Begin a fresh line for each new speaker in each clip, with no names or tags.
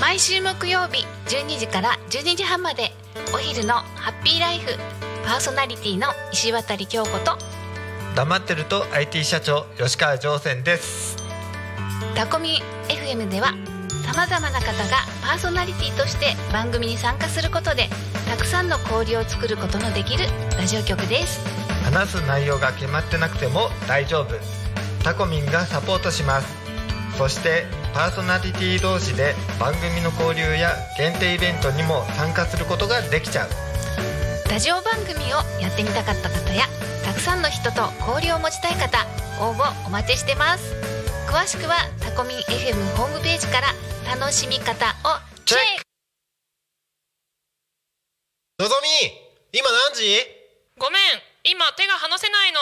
毎週木曜日12時から12時半までお昼のハッピーライフパーソナリティの石渡京子と
黙ってると IT 社長吉川上泉です
タコミ FM ではさまざまな方がパーソナリティとして番組に参加することでたくさんの交流を作ることのできるラジオ局です
話す内容が決まってなくても大丈夫タコミンがサポートしますそしてパーソナリティ同士で番組の交流や限定イベントにも参加することができちゃう
ラジオ番組をやってみたかった方やたくさんの人と交流を持ちたい方応募お待ちしてます詳しくはタコミン FM ホームページから楽しみ方をチェック
のぞみ今何時
ごめん今手が離せないの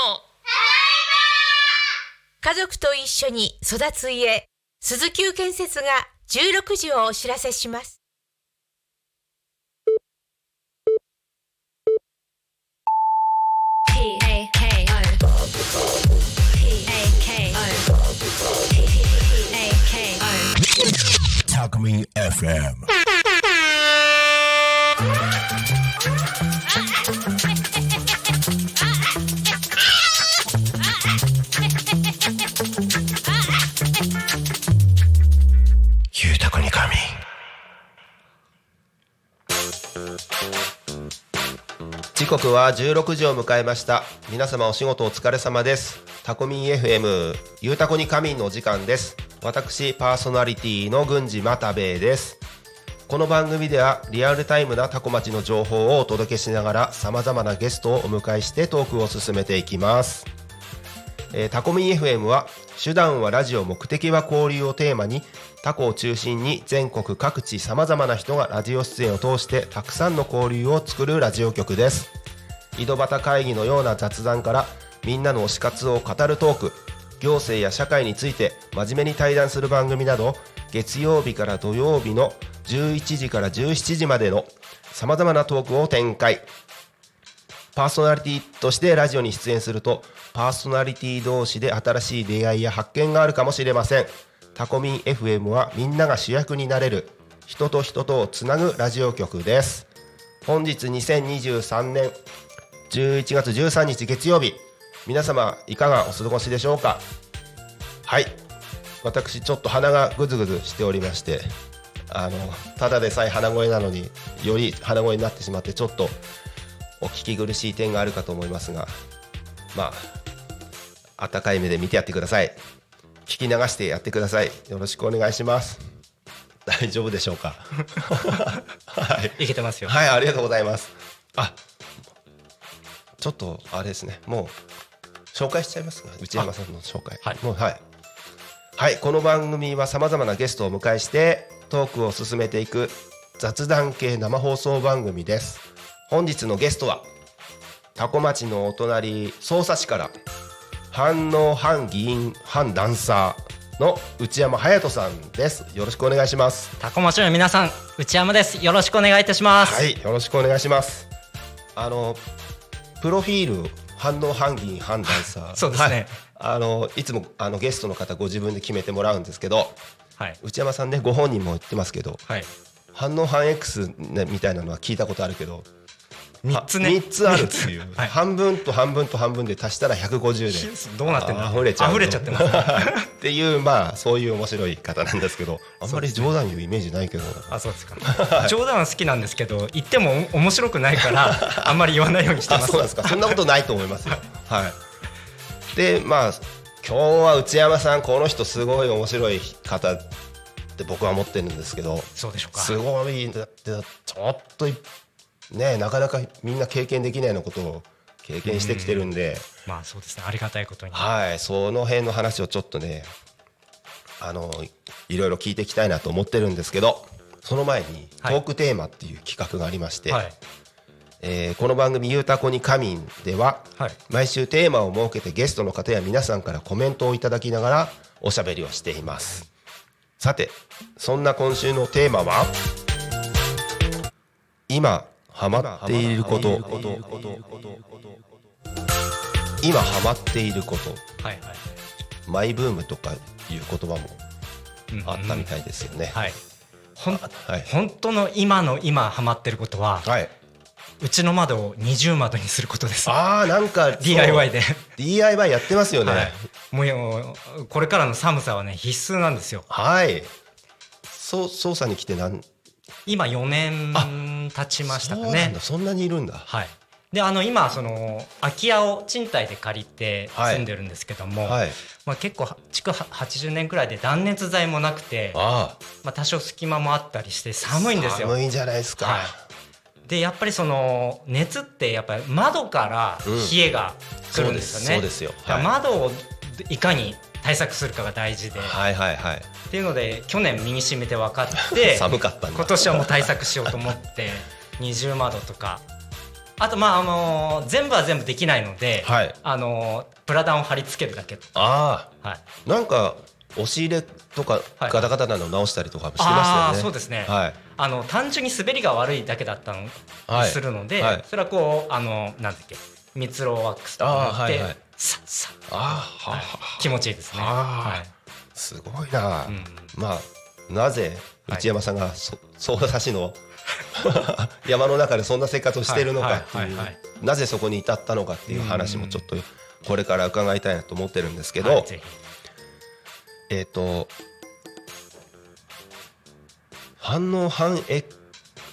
家族と一緒に育つ家鈴木建設が16時をお知らせします
タコミン FM ゆうたこに神
時刻は16時を迎えました皆様お仕事お疲れ様ですタコミン FM ゆうたこに神のお時間です私パーソナリティの郡司又兵衛ですこの番組ではリアルタイムなタコ町の情報をお届けしながら様々なゲストをお迎えしてトークを進めていきますえータコミン FM は手段はラジオ目的は交流をテーマにタコを中心に全国各地さまざまな人がラジオ出演を通してたくさんの交流を作るラジオ局です井戸端会議のような雑談からみんなの推し活を語るトーク行政や社会について真面目に対談する番組など月曜日から土曜日の11時から17時までのさまざまなトークを展開パーソナリティとしてラジオに出演するとパーソナリティ同士で新しい出会いや発見があるかもしれませんタコミン FM はみんなが主役になれる人と人とをつなぐラジオ局です本日2023年11月13日月曜日皆様いかがお過ごしでしょうかはい私ちょっと鼻がぐずぐずしておりましてあのただでさえ鼻声なのにより鼻声になってしまってちょっとお聞き苦しい点があるかと思いますがまあ温かい目で見てやってください聞き流してやってくださいよろしくお願いします大丈夫でしょう かはい
いけてますよ。
はい、ありがとうございます。あ、ちょっとあれですね、もう紹介しちゃいますか、内山さんの紹介。
はい
もうはい。はい、この番組はさまざまなゲストをお迎えしてトークを進めていく雑談系生放送番組です。本日のゲストはタコ町のお隣匝瑳市から反応反議員反ダンサーの内山隼人さんです。よろしくお願いします。
タコ町の皆さん、内山です。よろしくお願いいたします。、
はい、よろしくお願いします。あのプロフィール反応反議判断さ
そうですね
はい。あのいつもあのゲストの方ご自分で決めてもらうんですけど、
はい。
内山さんねご本人も言ってますけど、
はい。
反応反 X ねみたいなのは聞いたことあるけど、
三つね。
三つあるっていう、
はい
半分と半分と半分で足したら150で。
どうなってんだ。
溢れちゃうの
溢れちゃってます。
っていうまあそういう面白い方なんですけどあんまり冗談言うイメージないけど、
あ、そうですか。冗談は好きなんですけど、言ってもお面白くない から、あんまり言わないようにして
あ
ます。
そうなんです かそんなことないと思いますよはいでまあ今日は内山さんこの人すごい面白い方って僕は思ってるんですけど
そうでしょうか。
すごいだってちょっといねなかなかみんな経験できないようなことを経験してきてるんで、
まあ、そうですね。ありがたいことに。
はいその辺の話をちょっとねあのいろいろ聞いていきたいなと思ってるんですけどその前にト
はい
ークテーマっていう企画がありまして、
はい。
えーこの番組「ゆうたこに仮眠」では、
はい
毎週テーマを設けてゲストの方や皆さんからコメントをいただきながらおしゃべりをしていますさてそんな今週のテーマは今ハマっていること今ハマっていること
はい。はい。
マイブームとかいう言葉もあったみたいですよね、
はい。ほん
はい
本当の今の今ハマってることは、
はい。
うちの窓を二重窓にすることです
ああなんかそう
DIY で、
DIY やってますよね。
はい、もうこれからの寒さはね必須なんですよ
はい。そう捜査に来てなん
今4年経ちました
そ
か
うなん
ね
だ。そんなにいるんだ。
はいであの今その空き家を賃貸で借りて
はい
住んでるんですけども、
はい。
まあ、結構は築は80年くらいで断熱材もなくて
あ
まあ、多少隙間もあったりして寒
あ。
いんですよ
寒いんじゃないですか。
はいでやっぱりその熱ってやっぱり窓から冷えが来るんですよね、
そうですよ。
だから
は
窓をいかに対策するかが大事で、
いはいはいはい。
っていうので去年身に染みて分かって
寒かったんだ。
今年はもう対策しようと思って二重窓とかあとまああの全部は全部できないので、
はい。
あのプラダンを貼り付けるだけと
あ
はい、
あなんか押し入れとか
はい
ガタガタなの直したりとかもしてま
ああー
した
そ
よ
う
ね。
ですね、
はい。
あの単純に滑りが悪いだけだったのに
はい
するので、
はい
それはこうあのなんだっけ蜜ろうワックスと
あー
か塗っ
はいはい
てさっさっ
ああはあはあ
気持ちいいですね。
あ
は
すごいな。
いうん
まあなぜ内山さんがそ匝瑳市の 山の中でそんな生活をしているのかって
はい
い
は
う
いはいはい
なぜそこに至ったのかっていう話もちょっとこれから伺いたいなと思ってるんですけ
は
ど
い、ぜ
えっと反応反 X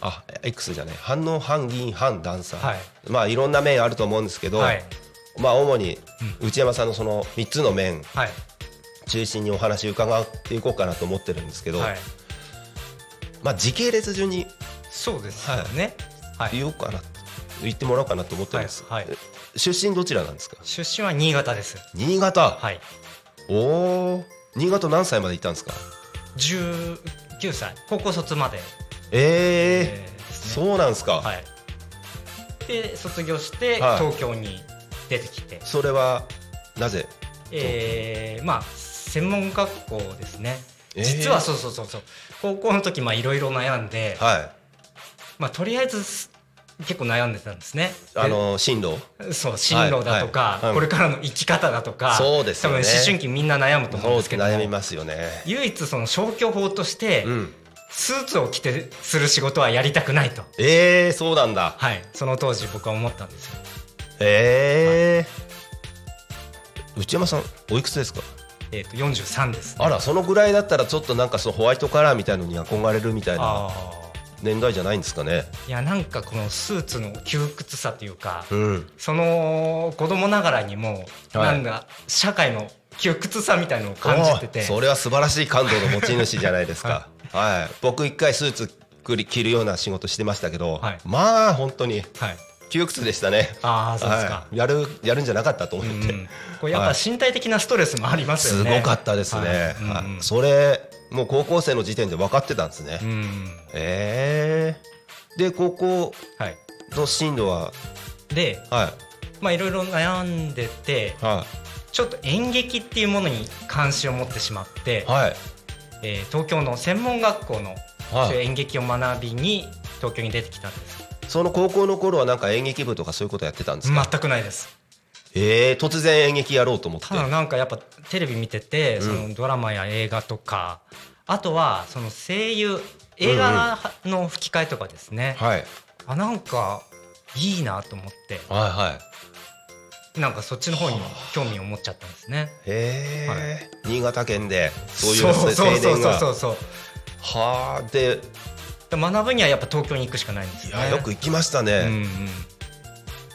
あ X じゃない反応反議員反ダンサー、
はい
まあいろんな面あると思うんですけ
ひ
ど、
はい
まあ主に内山さんのその3つの面
はい
中心にお話伺っていこうかなと思ってるんですけど、
はい
まあ時系列順に
そうですよね。はい
言おうかな言ってもらおうかなと思ってるんです、
はいはい
出身どちらなんですか
出身は新潟です。
新潟、
はい
おおー新潟何歳まで行ったんですか
19歳高校卒まで、
ええ
えーで
ー
すね
そうなんですか、
はいで卒業して
はい
東京に出てきて、
それはなぜ
えーまあ専門学校ですね。
えー
実はそうそうそうそう高校の時まあいろいろ悩んで、
はい
まあとりあえずす結構悩んでたんですね。で
あの進路
そう進路だと
は
か、
いはいうん
これからの生き方だとか
そうですよね
多分思春期みんな悩むと思うん
そう
ですけど
悩みますよね
唯一その消去法として、
うん
スーツを着てする仕事はやりたくないと、
ええー、そうなんだ
はい、その当時僕は思ったんですよ。
ええー、内山さんおいくつですか
えー、と43です、
あらそのぐらいだったらちょっとなんかそのホワイトカラーみたいのに憧れるみたいな
あ
年代じゃないんですかね
ーいやなんかこのスーツの窮屈さというか、
うん
その子供ながらにも、
はい
なんだ社会の窮屈さみたいのを感じて
お
て
いそれは素晴らしい感動の持ち主じゃないです かはい、僕一回スーツくり着るような仕事してましたけど、
はい
まあ本当に
はい、
窮屈でしたね
ああそうですか、
はい、やるやるんじゃなかったと思っ
う
て、
ん、こうやっぱ身体的なストレスもあります
す
よね。
ごかったですね、
はい
はい
うんうん
それもう高校生の時点で分かってたんですね、
うん、
ええで高校
はい。
の進路は
で、
は
まあいろいろ悩んでて
い、は
ちょっと演劇っていうものに関心を持ってしまって
い、はい
えー東京の専門学校の
はい
そういう演劇を学びに東京に出てきたんです。
その高校の頃はなんか演劇部とかそういうことやってたんですか、
全くないです。
ええ突然演劇やろうと思って
ただなんかやっぱテレビ見てて、
うん
そのドラマや映画とか、あとはその声優映画の吹き替えとかですね。
はい
あなんかいいなと思って。
はいはい
なんかそっちの方に興味を持っちゃったんですね。
へえ、
は
新潟県でそういう
そう
青
そうそう
年
そう
が
そうそう。
はあで、
で学ぶにはやっぱ東京に行くしかないんです
い
よ
や
ね。
よく行きました
うんう
ね、
ん。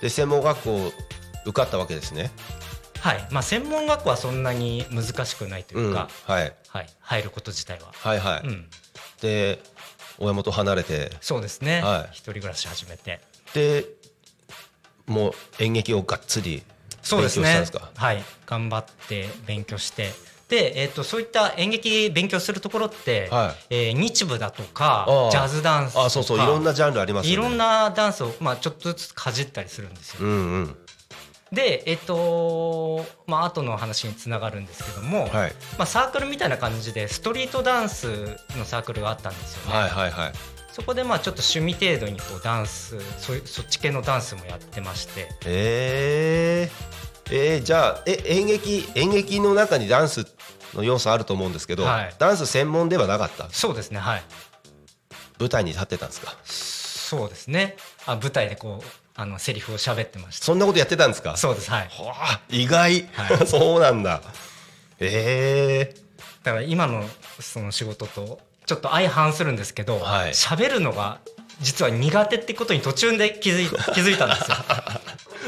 で専門学校受かったわけですね
はい。まあ専門学校はそんなに難しくないと
う
い
ん
う
は
か、
い
はい入ること自体は。
はいはい、
うん。
で親元離れて
そうですね。
はい
一人暮らし始めて。
でもう演劇をがっつり
そうです
勉
ね
強したんです。
はい。頑張って勉強して。でえー、とそういった演劇勉強するところって、
は
えー日舞だとか
ああ
ジャズダンスとか
あそうそういろんなジャンルありますよね
いろんなダンスを、まあ、ちょっとずつかじったりするんですよ
うんうん
でえっとまあ後の話につながるんですけども、
はい
まあ、サークルみたいな感じでストリートダンスのサークルがあったんですよね、
はいはいはい
そこでまあちょっと趣味程度にこうダンスそそっち系のダンスもやってまして
えー、えーじゃあえ演劇演劇の中にダンスの要素あると思うんですけど、
はい
ダンス専門ではなかった
そうですねはい
舞台に立ってたんですか
そうですねあ舞台でこうあのセリフを喋ってました
そんなことやってたんですか
そうですはい
はあ意外、
は い
そうなんだえ
だから今のその仕事とちょっと相反するんですけど
はい
喋、るのが実は苦手ってことに途中で気づい 気づいたんですよ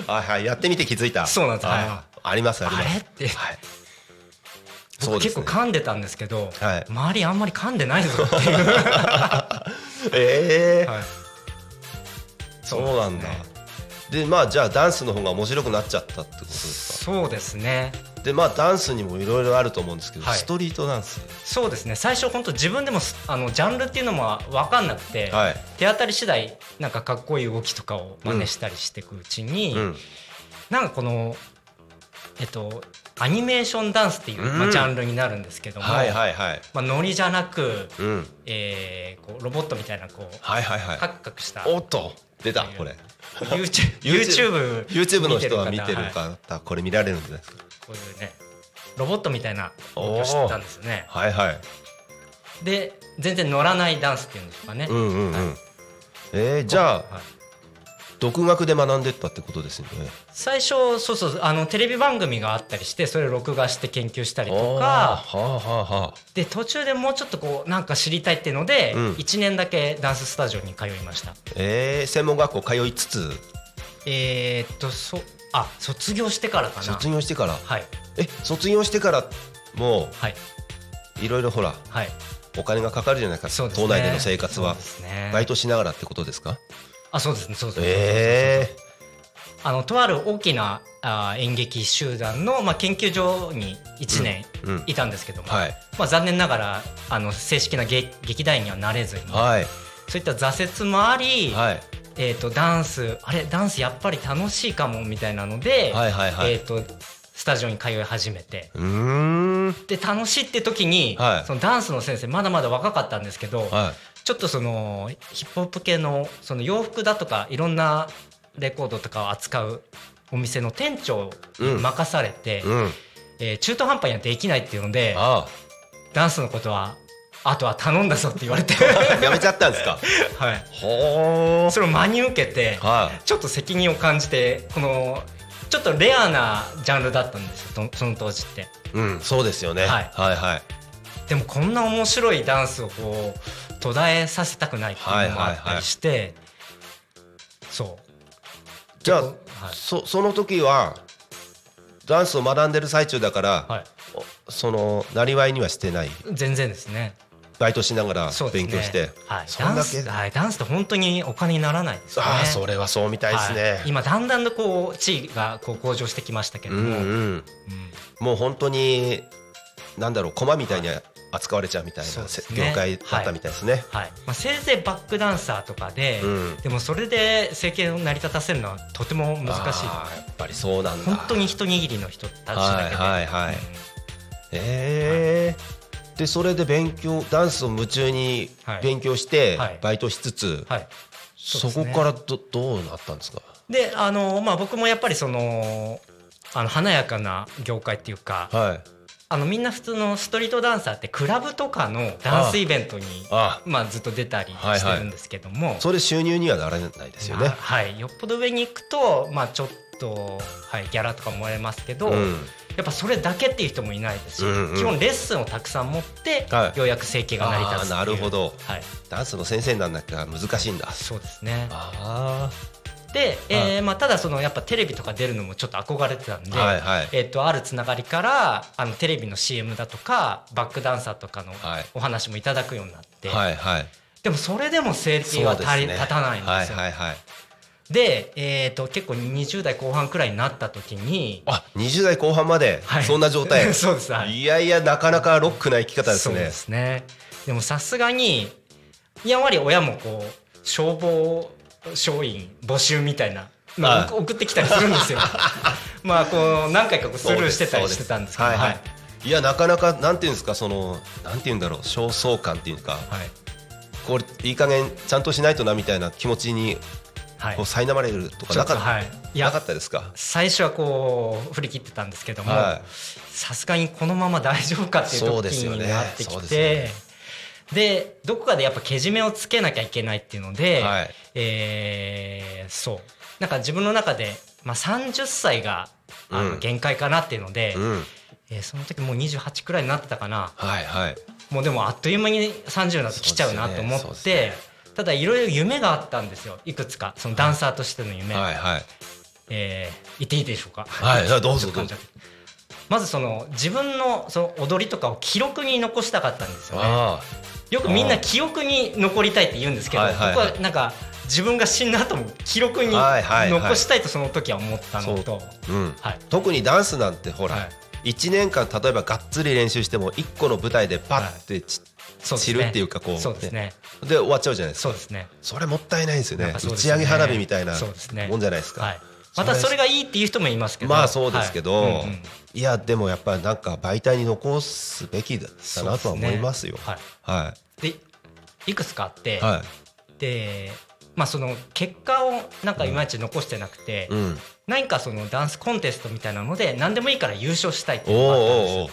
えはいはいやってみて気づいた
そうなんです
はい
は
ありますあります
あれって
はい、
僕結構
ね
噛んでたんですけど、
はい
周りあんまり噛んでないぞっ ていう、は
ええ
い
そうなんだ
ね
でまあじゃあダンスの方が面白くなっちゃったってことです
そうですね
かでまあダンスにもいろいろあると思うんですけど、
はい
ストリートダンス
そうですね最初本当自分でもすあのジャンルっていうのも分かんなくて、
はい、
手当たり次第なんかかっこいい動きとかを真似したりしていくうちに、
うん、
なんかこのえっとアニメーションダンスっていう、ま
う
あ、
ん
ジャンルになるんですけども、
はいはいはい
まあ、ノリじゃなく、
うん
えーこうロボットみたいなこう
はいはいはい
カクカクした
おっと出たこれ
YouTube,
YouTube
YouTube,
YouTube の人が見て
方
る
はい
方、これ見られるんじゃないですか
こういうねロボットみたいな動きをしてたんですよね
はいはい
で全然乗らないダンスっていうんですかね、
うんうんうん、えーじゃあ、
はい
独学で学んでったってことですよね
最初そうそうあのテレビ番組があったりしてそれを録画して研究したりと
あ
か
ーはあはあは
で途中でもうちょっとこうなんか知りたいっていうので、
うん
1年だけダンススタジオに通いました
あえー専門学校通いつつ
えー、っとそあ卒業してからかな
卒業してから
はい
え卒業してからも
はい、
いろいろほら
はい、
お金がかかるじゃないです
そ
か
うですね
島内での生活は
そうですね
バイトしながらってことですか
あそうですねそうですね、
え
あのとある大きなあ演劇集団の、まあ、研究所に1年
うんうん
いたんですけども、
はい
まあ、残念ながらあの正式な劇劇団員にはなれずに、
ー、はい
そういった挫折もあり、
はい
えー、とダンスあれダンスやっぱり楽しいかもみたいなので、
はいはいはい
えー、とスタジオに通い始めて
うーん
で楽しいって時に、
はい
そのダンスの先生まだまだ若かったんですけど、
は
ちょっとそのヒップホップ系のその洋服だとかいろんなレコードとかを扱うお店の店長に任されて、
いうん
えー中途半端にはできないっていうので
あ
ダンスのことはあとは頼んだぞって言わ れて、
あやめちゃったん ですか
はい、
ほ
それを真に受けて
はい
ちょっと責任を感じてこのちょっとレアなジャンルだったんですよとその当時って。
うんそうですよね
は
はいいはい
でもこんな面白いダンスをこう途絶えさせたくないっていうのもあったりして、そう
じゃ
結構
あ
はい
そその時はダンスを学んでる最中だから
はい、
おそのなりわいにはしてない
全然ですね
バイトしながら
そうで
勉
すね
強して
はい、
そん
ダン
だ
ス
け
はいダンスって本当にお金にならないですよね
ああそれはそうみたいです
はい
ね
今だんだんとこう地位がこう向上してきましたけ
う
ども、
ん
うん
うんもう本当になんだろう駒みたいに扱われちゃうみたい
そう
な
で
せ
すね
業界だったみたいですね。
はいまあ、せいぜいバックダンサーとかで、
うん
でもそれで政権を成り立たせるのはとても難しい
あーやっぱりそうなんだ。
本当に一握りの人たちだけで、
はいはいはいえーでそれで勉強ダンスを夢中に
はい
勉強して
はい
バイトしつつ、
はい、
そ
そうです
こ
ね
からどどうなったんですか。
であの、まあ、僕もやっぱりそのあの華やかな業界っていうか、
はい。
あのみんな普通のストリートダンサーってクラブとかのダンスイベントに
あ
まあ、ずっと出たり
はいはい
してるんですけども、
それ収入にはならないですよね。
まあはい、よっぽど上に行くと、まあ、ちょっと、はい、ギャラとかもらえますけど、
うん
やっぱそれだけっていう人もいないですし、
うんうん
基本レッスンをたくさん持って、
はい
ようやく生計が成り立つっていう
あーなるほど
はい、
ダンスの先生にならなきゃ難しいんだ。
そうですね
あ
で、えーまあ、ただそのやっぱテレビとか出るのもちょっと憧れてたんで、
はいはい
えー、とあるつながりからあのテレビの CM だとかバックダンサーとかの
はい
お話もいただくようになって、
あ。はいはい。
でもそれでも生計は足り、立たないんですよ、
はいはいはい。
で、えー、と結構20代後半くらいになった時に、
あ、20代後半まで
はい
そんな状態。
そうですはい
いやいやなかなかロックな生き方です
そう
ね
で。すねでもさすがにやはり親もこう消防署員募集みたいな、ま
あ
あ、送送ってきたりするん ですよまあこう何回かこうスルーしてたりしてたんですけど
はい
は
はいい。いやなかなかなんていうんですかそのなんていうんだろう焦燥感っていうか
はい
これいい加減ちゃんとしないとなみたいな気持ちに
はい
こう苛まれるとか
ちょ
な
っと
か,、
はいいや
なかったですか
最初はこう振り切ってたんですけども
は
さすがにこのまま大丈夫かっていう
そうです
時
よ
に
ね
なってき
そうです
て
よ
でどこかでやっぱけじめをつけなきゃいけないっていうので、
はい
えーそうなんか自分の中で、まあ、30歳があ
うん
の限界かなっていうので、
うん
えーその時もう28くらいになってたかな
はいはい
もうでもあっという間に30になってきちゃうなと思っ
そうです
て、
ねそうで
ただいろいろ夢があったんですよいくつかそのダンサーとしての夢、
はいはい
えー言っていいでしょうか
はいはいどうぞ
ちょっと噛んじゃってまずその自分のその踊りとかを記録に残したかったんですよね
あ
よくみんな記憶に残りたいって言うんですけど、
はいはいはい
僕はなんか自分が死んだ後も記録に
はいはいはい
残したいとその時は思ったのと、
あうん
はい
特にダンスなんてほら、
はい
1年間例えばがっつり練習しても1個の舞台でパッてち、
そうです
散
ね
るっていうかこう
そうですね
で終わっちゃうじゃないですか
そうですね
それもったいないですよね
なんかそう
打
です
ち
ね
上げ花火みたいな
そうですね
もんじゃないですか、
はいまたそれがいいっていう人もいますけど
まあそうですけど、
はい
い
うんうん
やでもやっぱなんか媒体に残すべきだったなとは思いますよ
はい
は
でいくつかあって、
いは
でまあその結果をなんかいまいち残してなくて、
いうん
何かそのダンスコンテストみたいなので何でもいいから優勝したいって
お
いうのがあったんです
ーおー
よ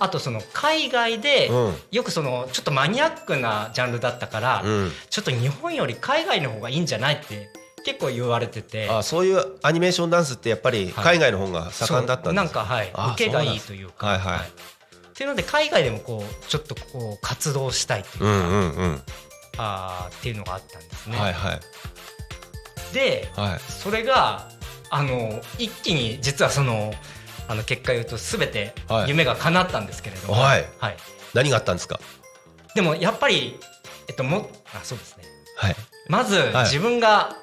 あとその海外で
おー
よくそのちょっとマニアックなジャンルだったから、
うんうん
ちょっと日本より海外の方がいいんじゃないって結構言われてて
あそういうアニメーションダンスってやっぱり海外の方が盛んだったんです
そうなんかはい
あ
受けがいい
そ
というか
はいはい
っていうので海外でもこうちょっとこう活動したいってい
う
うか、
んうんうん
あーっていうのがあったんですね、
はいはい
で
はい
それがあの一気に実はそのあの結果言うと全て
はい
夢が叶ったんですけれども、
はい
はい、
何があったんですか
でもやっぱり、えっと、もあそうですね
はい
まず
い
自分が、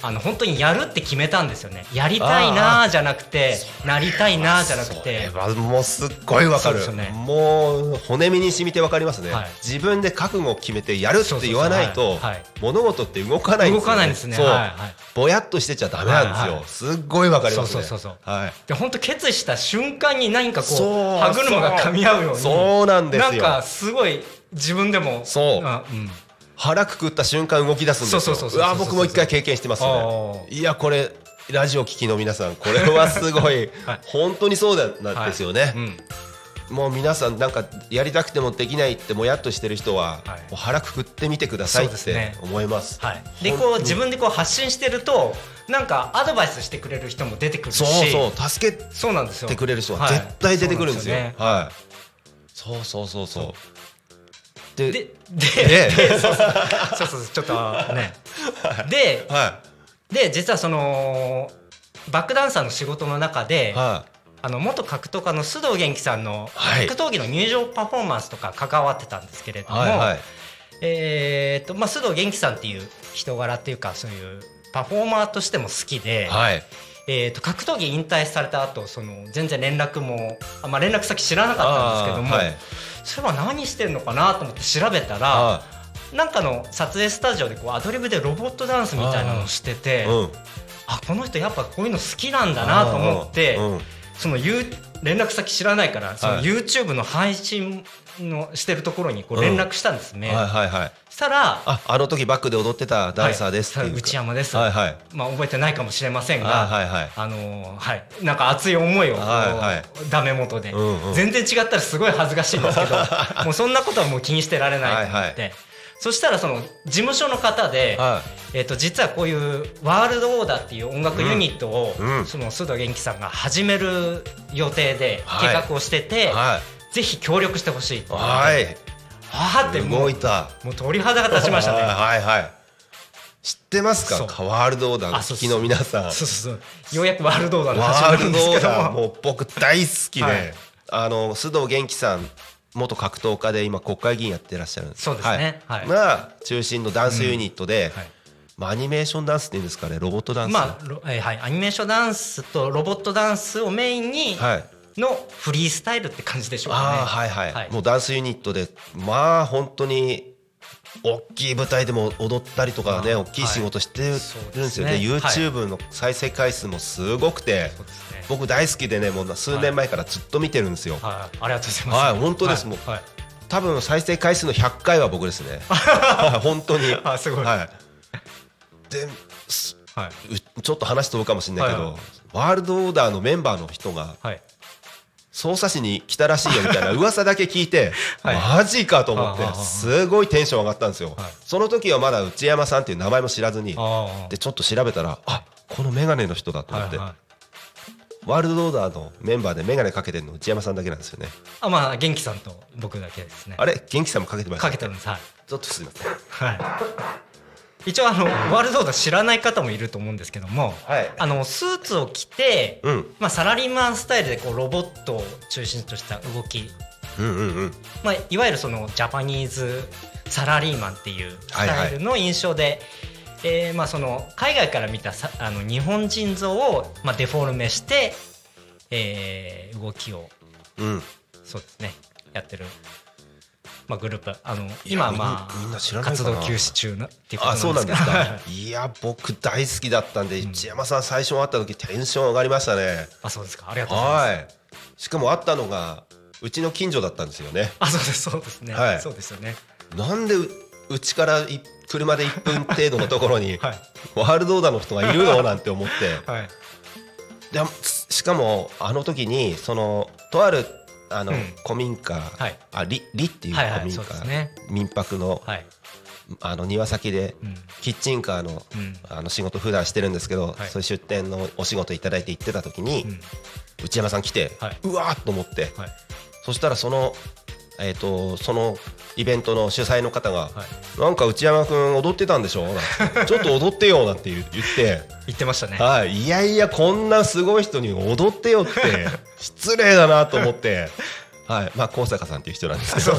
あの本当にやるって決めたんですよねやりたいなーじゃなくてなりたいなーじゃなくて
それはもうすっごいわかる
そうですよね
もう骨身に染みてわかりますね、
はい
自分で覚悟を決めてやるって言わない
そう
と
そうそうはいはい
物事って動かないんですよ、ね、
動かないんですね
そう、
はいはい
ぼやっとしてちゃダメなんですよ、
はいはい
すっごいわかりますね
そうそうそう
はい
で本当決意した瞬間に何かこう
そう
歯車が噛み合うように
そうなんですよ
なんかすごい自分でも
そう
あうん
腹くくった瞬間動き出すんですよ
そうそうそうそうそう
うわ僕も一回経験してますね
あ
いやこれラジオ聞きの皆さんこれはすごい、
はい
本当にそうだなんですよね、
うん、
もう皆さんなんかやりたくてもできないってもやっとしてる人は、
はい
もう腹くくってみてくださいっ
そうです
て
ね
思います。
はい、でこう自分でこう発信してるとなんかアドバイスしてくれる人も出てくるし
そうそう助け
そうなんですよ
てくれる人は
はい
絶対出てくるんですよ。
そう
は
ないん。
そうそうそうそう。で
でで
で
でそうそうそうそうちょっとねで
は
で実はそのバックダンサーの仕事の中
い
で、
はい
あの元格闘家の須藤元気さんの
はい
格闘技の入場パフォーマンスとか関わってたんですけれども、
はいはい
えーっとまあ、須藤元気さんっていう人柄っていうかそういうパフォーマーとしても好きで、
はい
えー、と格闘技引退された後その全然連絡もあ、まあ、連絡先知らなかったんですけども、
あーはい
そういえば何してるのかなと思って調べたら
は
なんかの撮影スタジオでこうアドリブでロボットダンスみたいなのをして
い。
てあ,、
うん。
この人やっぱこういうの好きなんだなと思って、
うんうん
そのゆう連絡先知らないからその
はい
YouTube の配信のしてるところにこう連絡したんですね。
はいはいはい。
したら
ああの時バックで踊ってたダンサーですっていうか。
はい内山です
はいはい。
まあ、覚えてないかもしれませんが、
はいはいはい
あのーはい、なんか熱い思いをこう、
はいはい
ダメ元で、
うんうん
全然違ったらすごい恥ずかしいん ですけどもうそんなことはもう気にしてられないと思って、
は
そしたらその事務所の方で、
はい。
えっと実はこういうワールドオーダーっていう音楽ユニットを、
うんうん
その須藤元気さんが始める予定で
はい
計画をしてて、
は
ぜひ協力してほしいって
い。
はあっ
は
て
い。
も
動
う
いた。
もう鳥肌が立ちましたね。
はいはいはい。知ってます
そ
か
う
カワールドオーダーの
あそう
聞
そ
き
う
の皆さん。
そうそうそうようやくワールドオーダーの
ワ
始ま
ー
る
ル
んです
ドオ
け
ー
ど
ダー
も
もう僕大好きで、
はい
あの須藤元気さん元格闘家で今国会議員やってらっしゃるんです
そうですね
はい
はい
が中心のダンスユニットで、
はい
まあ、アニメーションダンスっていうんですかねロボットダンス、
まあロえーはい、アニメーションダンスとロボットダンスをメインに
はい、
のフリースタイルって感じでしょうかね。
ああはいはい、
はい
もうダンスユニットでまあ本当に大きい舞台でも踊ったりとかね
あー
大きい仕事してるんですよ
はいそうですね
で
はい
YouTube の再生回数もすごくて、
そうですね
僕大好きでねもう数年前からずっと見てるんですよ、
はい、ありがとうございます。
はい本当ですもう
はい、
多分再生回数の100回は僕です ねはい本当に
あすごい
はい、です
はい、
うちょっと話飛ぶかもしれないけど、
はいはい
ワールドオーダーのメンバーの人が
はい、
匝瑳市に来たらしいよみ たいな噂だけ聞いて、
はい
マジかと思っ
はあはあ
て
はあ
すごいテンション上がったんですよ、
はい
その時はまだ内山さんっていう名前も知らずに
あー
でちょっと調べたらあこのメガネの人だと思っ
はい
て、
はい
ワールドオーダーのメンバーでメガネかけてるの内山さんだけなんですよね
あまあ元気さんと僕だけですね
あれ元気さんもかけてました
かけてるんですはい
ちょっとすいません
はい、一応あのワールドオーダー知らない方もいると思うんですけども、
はい
あのスーツを着て、
うん
まあ、サラリーマンスタイルでこうロボットを中心とした動き、
うんうんうん
まあ、いわゆるそのジャパニーズサラリーマンっていうスタイルの印象で。えーまあ、その海外から見たさあの日本人像を、まあ、デフォルメして、えー動きを
うん
そうですねやってる、まあ、グループあの今はまあ
みんみんな知らないか
活
な
動休止中なっていうこと
あそうなんです
けど
かいや僕大好きだったんで
うん
内山さん最初会った時テンション上がりましたね
あそうですかありがとうございます
はいしかも会ったのがうちの近所だったんですよね
あそうですそうですね、
はい
そうですよね
なんでううちからい車で1分程度のところに
はい
ワールドオーダーの人がいるよなんて思って
はい
でしかもあの時にそのとあるあの、
うん
古民家、
はい
ありりっていう
はいはい
古民家、
そうですね
民泊の,、
はい
あの庭先で、
うん
キッチンカーの
うん
あの仕事普段してるんですけど、
はい
そういう出店のお仕事いただいて行ってた時に、
うん
内山さん来て、
はいう
わーっと思って、
はい
そしたらその,、えー、とそのイベントの主催の方が「
は
なんか内山君踊ってたんでしょ?」なんて「ちょっと踊ってよ」なんて言言って。
言ってましたね
はい、いやいやこんなすごい人に踊ってよって失礼だなと思って、はいまあ、高坂さんっていう人なんですけど ち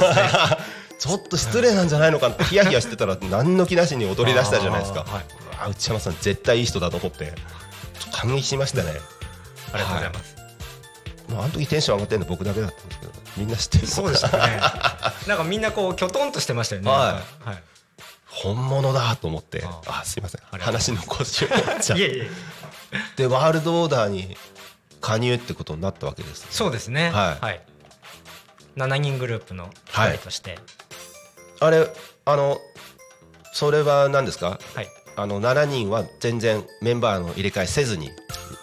ょっと失礼なんじゃないのかってヒヤヒヤしてたら何の気なしに踊り出したじゃないですか、
あーはいう
わー内山さん絶対いい人だと思ってちょっと感激しましたね
ありがとうございます、
まああの時テンション上がってるの僕だけだったんですけどみんな知ってる
そうでしたね なんかみんなこうきょとんとしてましたよね
は
はい、
本物だと思って
あ
あすいません
ありがとう
話の腰を折っちゃっ
い、えいえ
てワールドオーダーに加入ってことになったわけですね
そうですね
はい
はい、7人グループの
はい
一人として
あれあのそれは何ですか
はい、
あの7人は全然メンバーの入れ替えせずに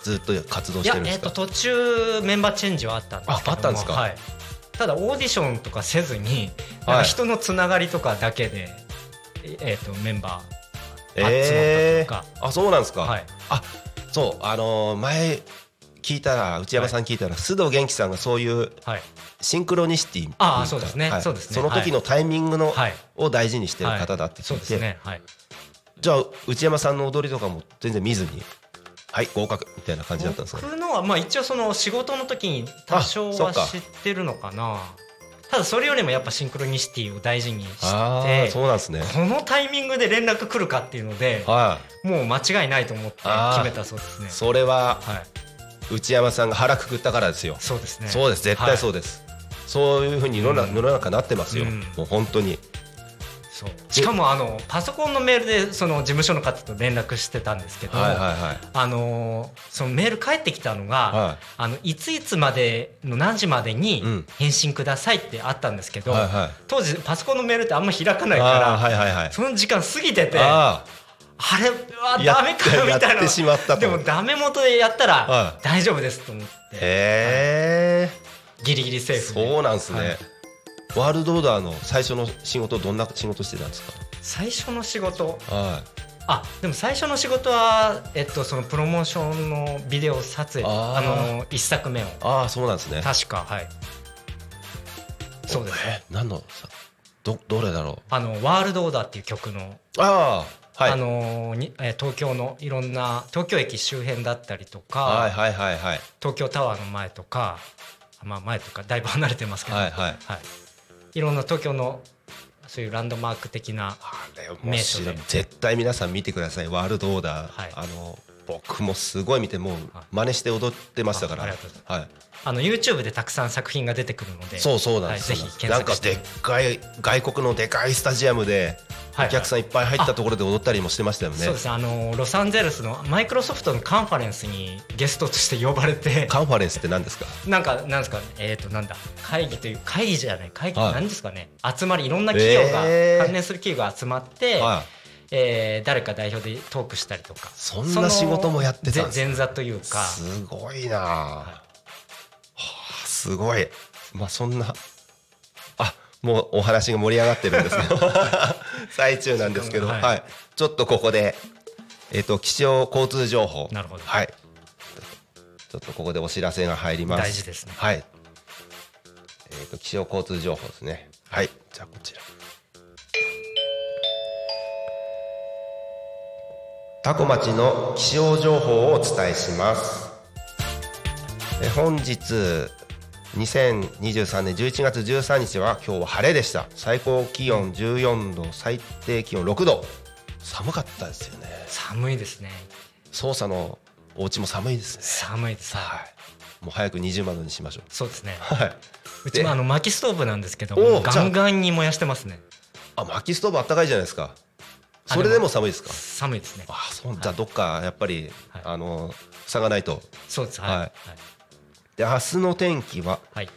ずっと活動し
い、
て
や
るんで
えっ、
す
と
か
途中メンバーチェンジはあったんですけども
ああったんですか
はい、ただオーディションとかせずに
はい
なんか人のつながりとかだけで、ええっ、とメンバー集まったという
え
か、
ーあそうなんですか、
はい
あそうあのー前聞いたら内山さん聞いたら、須藤元気さんがそういう
はい
シンクロニシティっていか
ああそうですね
はい
そうですね
その時のタイミングの、
はい
を大事にしてる方だって聞
そう
い
で
て、
すねはい
じゃあ内山さんの踊りとかも全然見ずにはい合格みたいな感じだったんですかね
僕のはまあ一応その仕事の時に多少
あそ
は
っか
知ってるのかなただそれよりもやっぱシンクロニシティを大事にし
ああ
て
そうなんですね
このタイミングで連絡来るかっていうので
は
もう間違いないと思って
あー
決めたそうですね
いそれは
はい
内山さんが腹くくったからですよ、
そうですね
そうです絶対そううです、そういうふうに世の,、
うん
世の中なってますよ、
うん
もう本当に
そうしかもあのパソコンのメールでその事務所の方と連絡してたんですけど、
はいはいはい
あのーそのメール返ってきたのが、
はい
あのいついつまでの何時までに
うん
返信くださいってあったんですけど、
はいはい
当時パソコンのメールってあんま開かないか
ああ
ら、
はいはいはい
その時間過ぎててあ
あ
れは
あや
ダメか
っ
みたい
やってしまった
な
と
でもダメ元でやった
は
ら大丈夫ですと思って
へえ、
ギリギリセーフで
そうなんですね、
はい
ワールドオーダーの最初の仕事どんな仕事してたんです
最初の仕事
かは
あでも最初の仕事は、えっと、そのプロモーションのビデオ撮影
あ
あ
ー
の一作目を
いああそうなんですね
確かはいそうですね
え何のさどどれだろ
あの「ワールドオーダー」っていう曲の
うああはい
あのにえー東京のいろんな東京駅周辺だったりとか、
はいはいはいはい
東京タワーの前とかまあ前とかだいぶ離れてますけど、
はいはい
はい、いろんな東京のそういうランドマーク的な
あれ面
名所
白
で
い絶対皆さん見てくださいワールドオーダー、
はい
あの僕もすごい見てもう
はい
真似して踊ってましたから
あありがとうござい
はい、
あの YouTube でたくさん作品が出てくるので
そうそうなんです、
はいぜひ検
なん
索
か
して
でっかい外国のでかいスタジアムで
はい
お客さんいっぱい入ったところで踊ったりもしてましたよね、
そうですあのロサンゼルスのマイクロソフトのカンファレンスにゲストとして呼ばれて
カンファレンスって何 ですか
なんかなんですかえっ、となんだ会議という会議じゃない会議
はい
なんですかね、集まりいろんな企業が、
えー
関連する企業が集まって、
はい
えー誰か代表でトークしたりとか
そんな仕事もやってたんです
その前前座というか
すごいなあ、はあすすごい。まあそんな。あもうお話が盛り上がってるんですけ ど最中なんですけど、
時間が
は、
はい
ちょっとここで、えっと気象交通情報
なるほど
はい、ちょっとここでお知らせが入ります
大事ですね
はいえっ、と気象交通情報ですねはいじゃあこちらタコ町の気象情報をお伝えしますえ本日2023年11月13日は今日は晴れでした最高気温14度最低気温6度寒かったですよね
寒いですね
操作のお家も寒いですね
寒いです
はいもう早く20万度にしましょう
そうですね
はい。
うちもあの薪ストーブなんですけど
おーじゃ
ガ
あ
ンガンに燃やしてますね
あ、薪ストーブあったかいじゃないですか。
あ
それでも寒いですか。
寒いですね
あ、そう、じゃあどっかやっぱり、
はい
あの差がないと。
そうですはい
は
はいい、
で、明日の天気は
はい、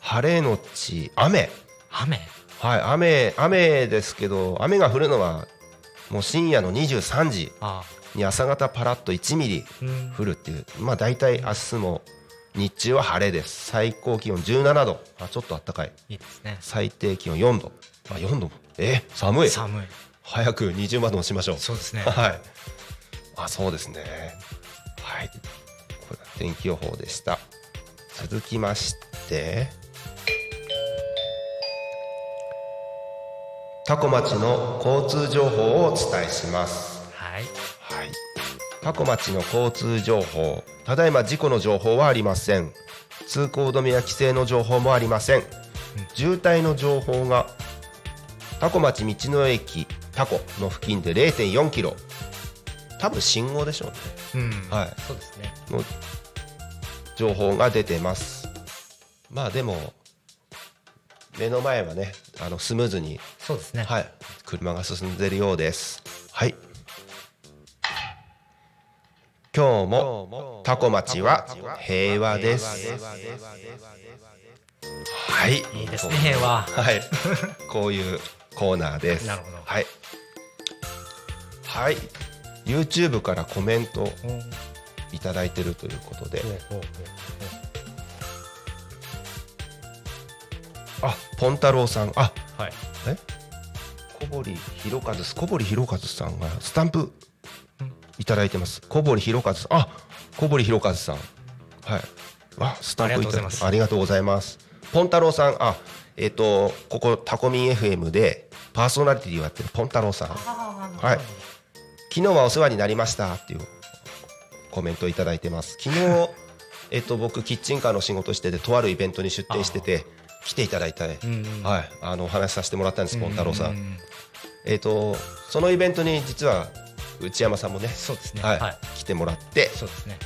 晴れのち雨。
雨
はい、雨雨ですけど、雨が降るのはもう深夜の23時
あ
に朝方パラッと1ミリ
ーうん
降るっていう。まあだいたい明日も日中は晴れです。最高気温17度。あ、ちょっと暖かい。
いいですね
最低気温4度。あ、4度も。え、寒い。
寒い
早く20万度しましょう。
そうですね
はい。あ、そうですね。はい。これが天気予報でした。続きまして。タコ町の交通情報をお伝えします。
はい
はい。タコ町の交通情報。ただいま事故の情報はありません。通行止めや規制の情報もありません。渋滞の情報がタコ町道の駅タコの付近で0.4キロ多分信号でしょうね
うん
はい
そうですね
の情報が出てますまあでも目の前はねあのスムーズに、
そうですね
はい、車が進んでるようですはい今日もタコ町は平和ですはい
いいですね平和
はい、こういうコーナーです。
なるほど
はい。はい。YouTube からコメントいただいてるということで、あ、ポン太郎さん、あ、
はい
え、小堀弘和小堀弘和さんがスタンプいただいてます。小堀弘和さん、あ、小堀弘和さん、はい。あ、スタンプいただいてます。あ
あ
りがとうございます。ポン太郎さん、あ、えっ、とここタコミン FM でパーソナリティをやってるポン太郎さん、はい。昨日はお世話になりましたっていうコメントをいただいてます。 昨日えっと僕キッチンカーの仕事しててとあるイベントに出店してて来ていただいた、ね
うんうん
はいあのお話しさせてもらったんですポン太郎さ
うんう。う
えっとそのイベントに実は内山さんもね
そうですね
はい
はい
来てもらって、
そうですね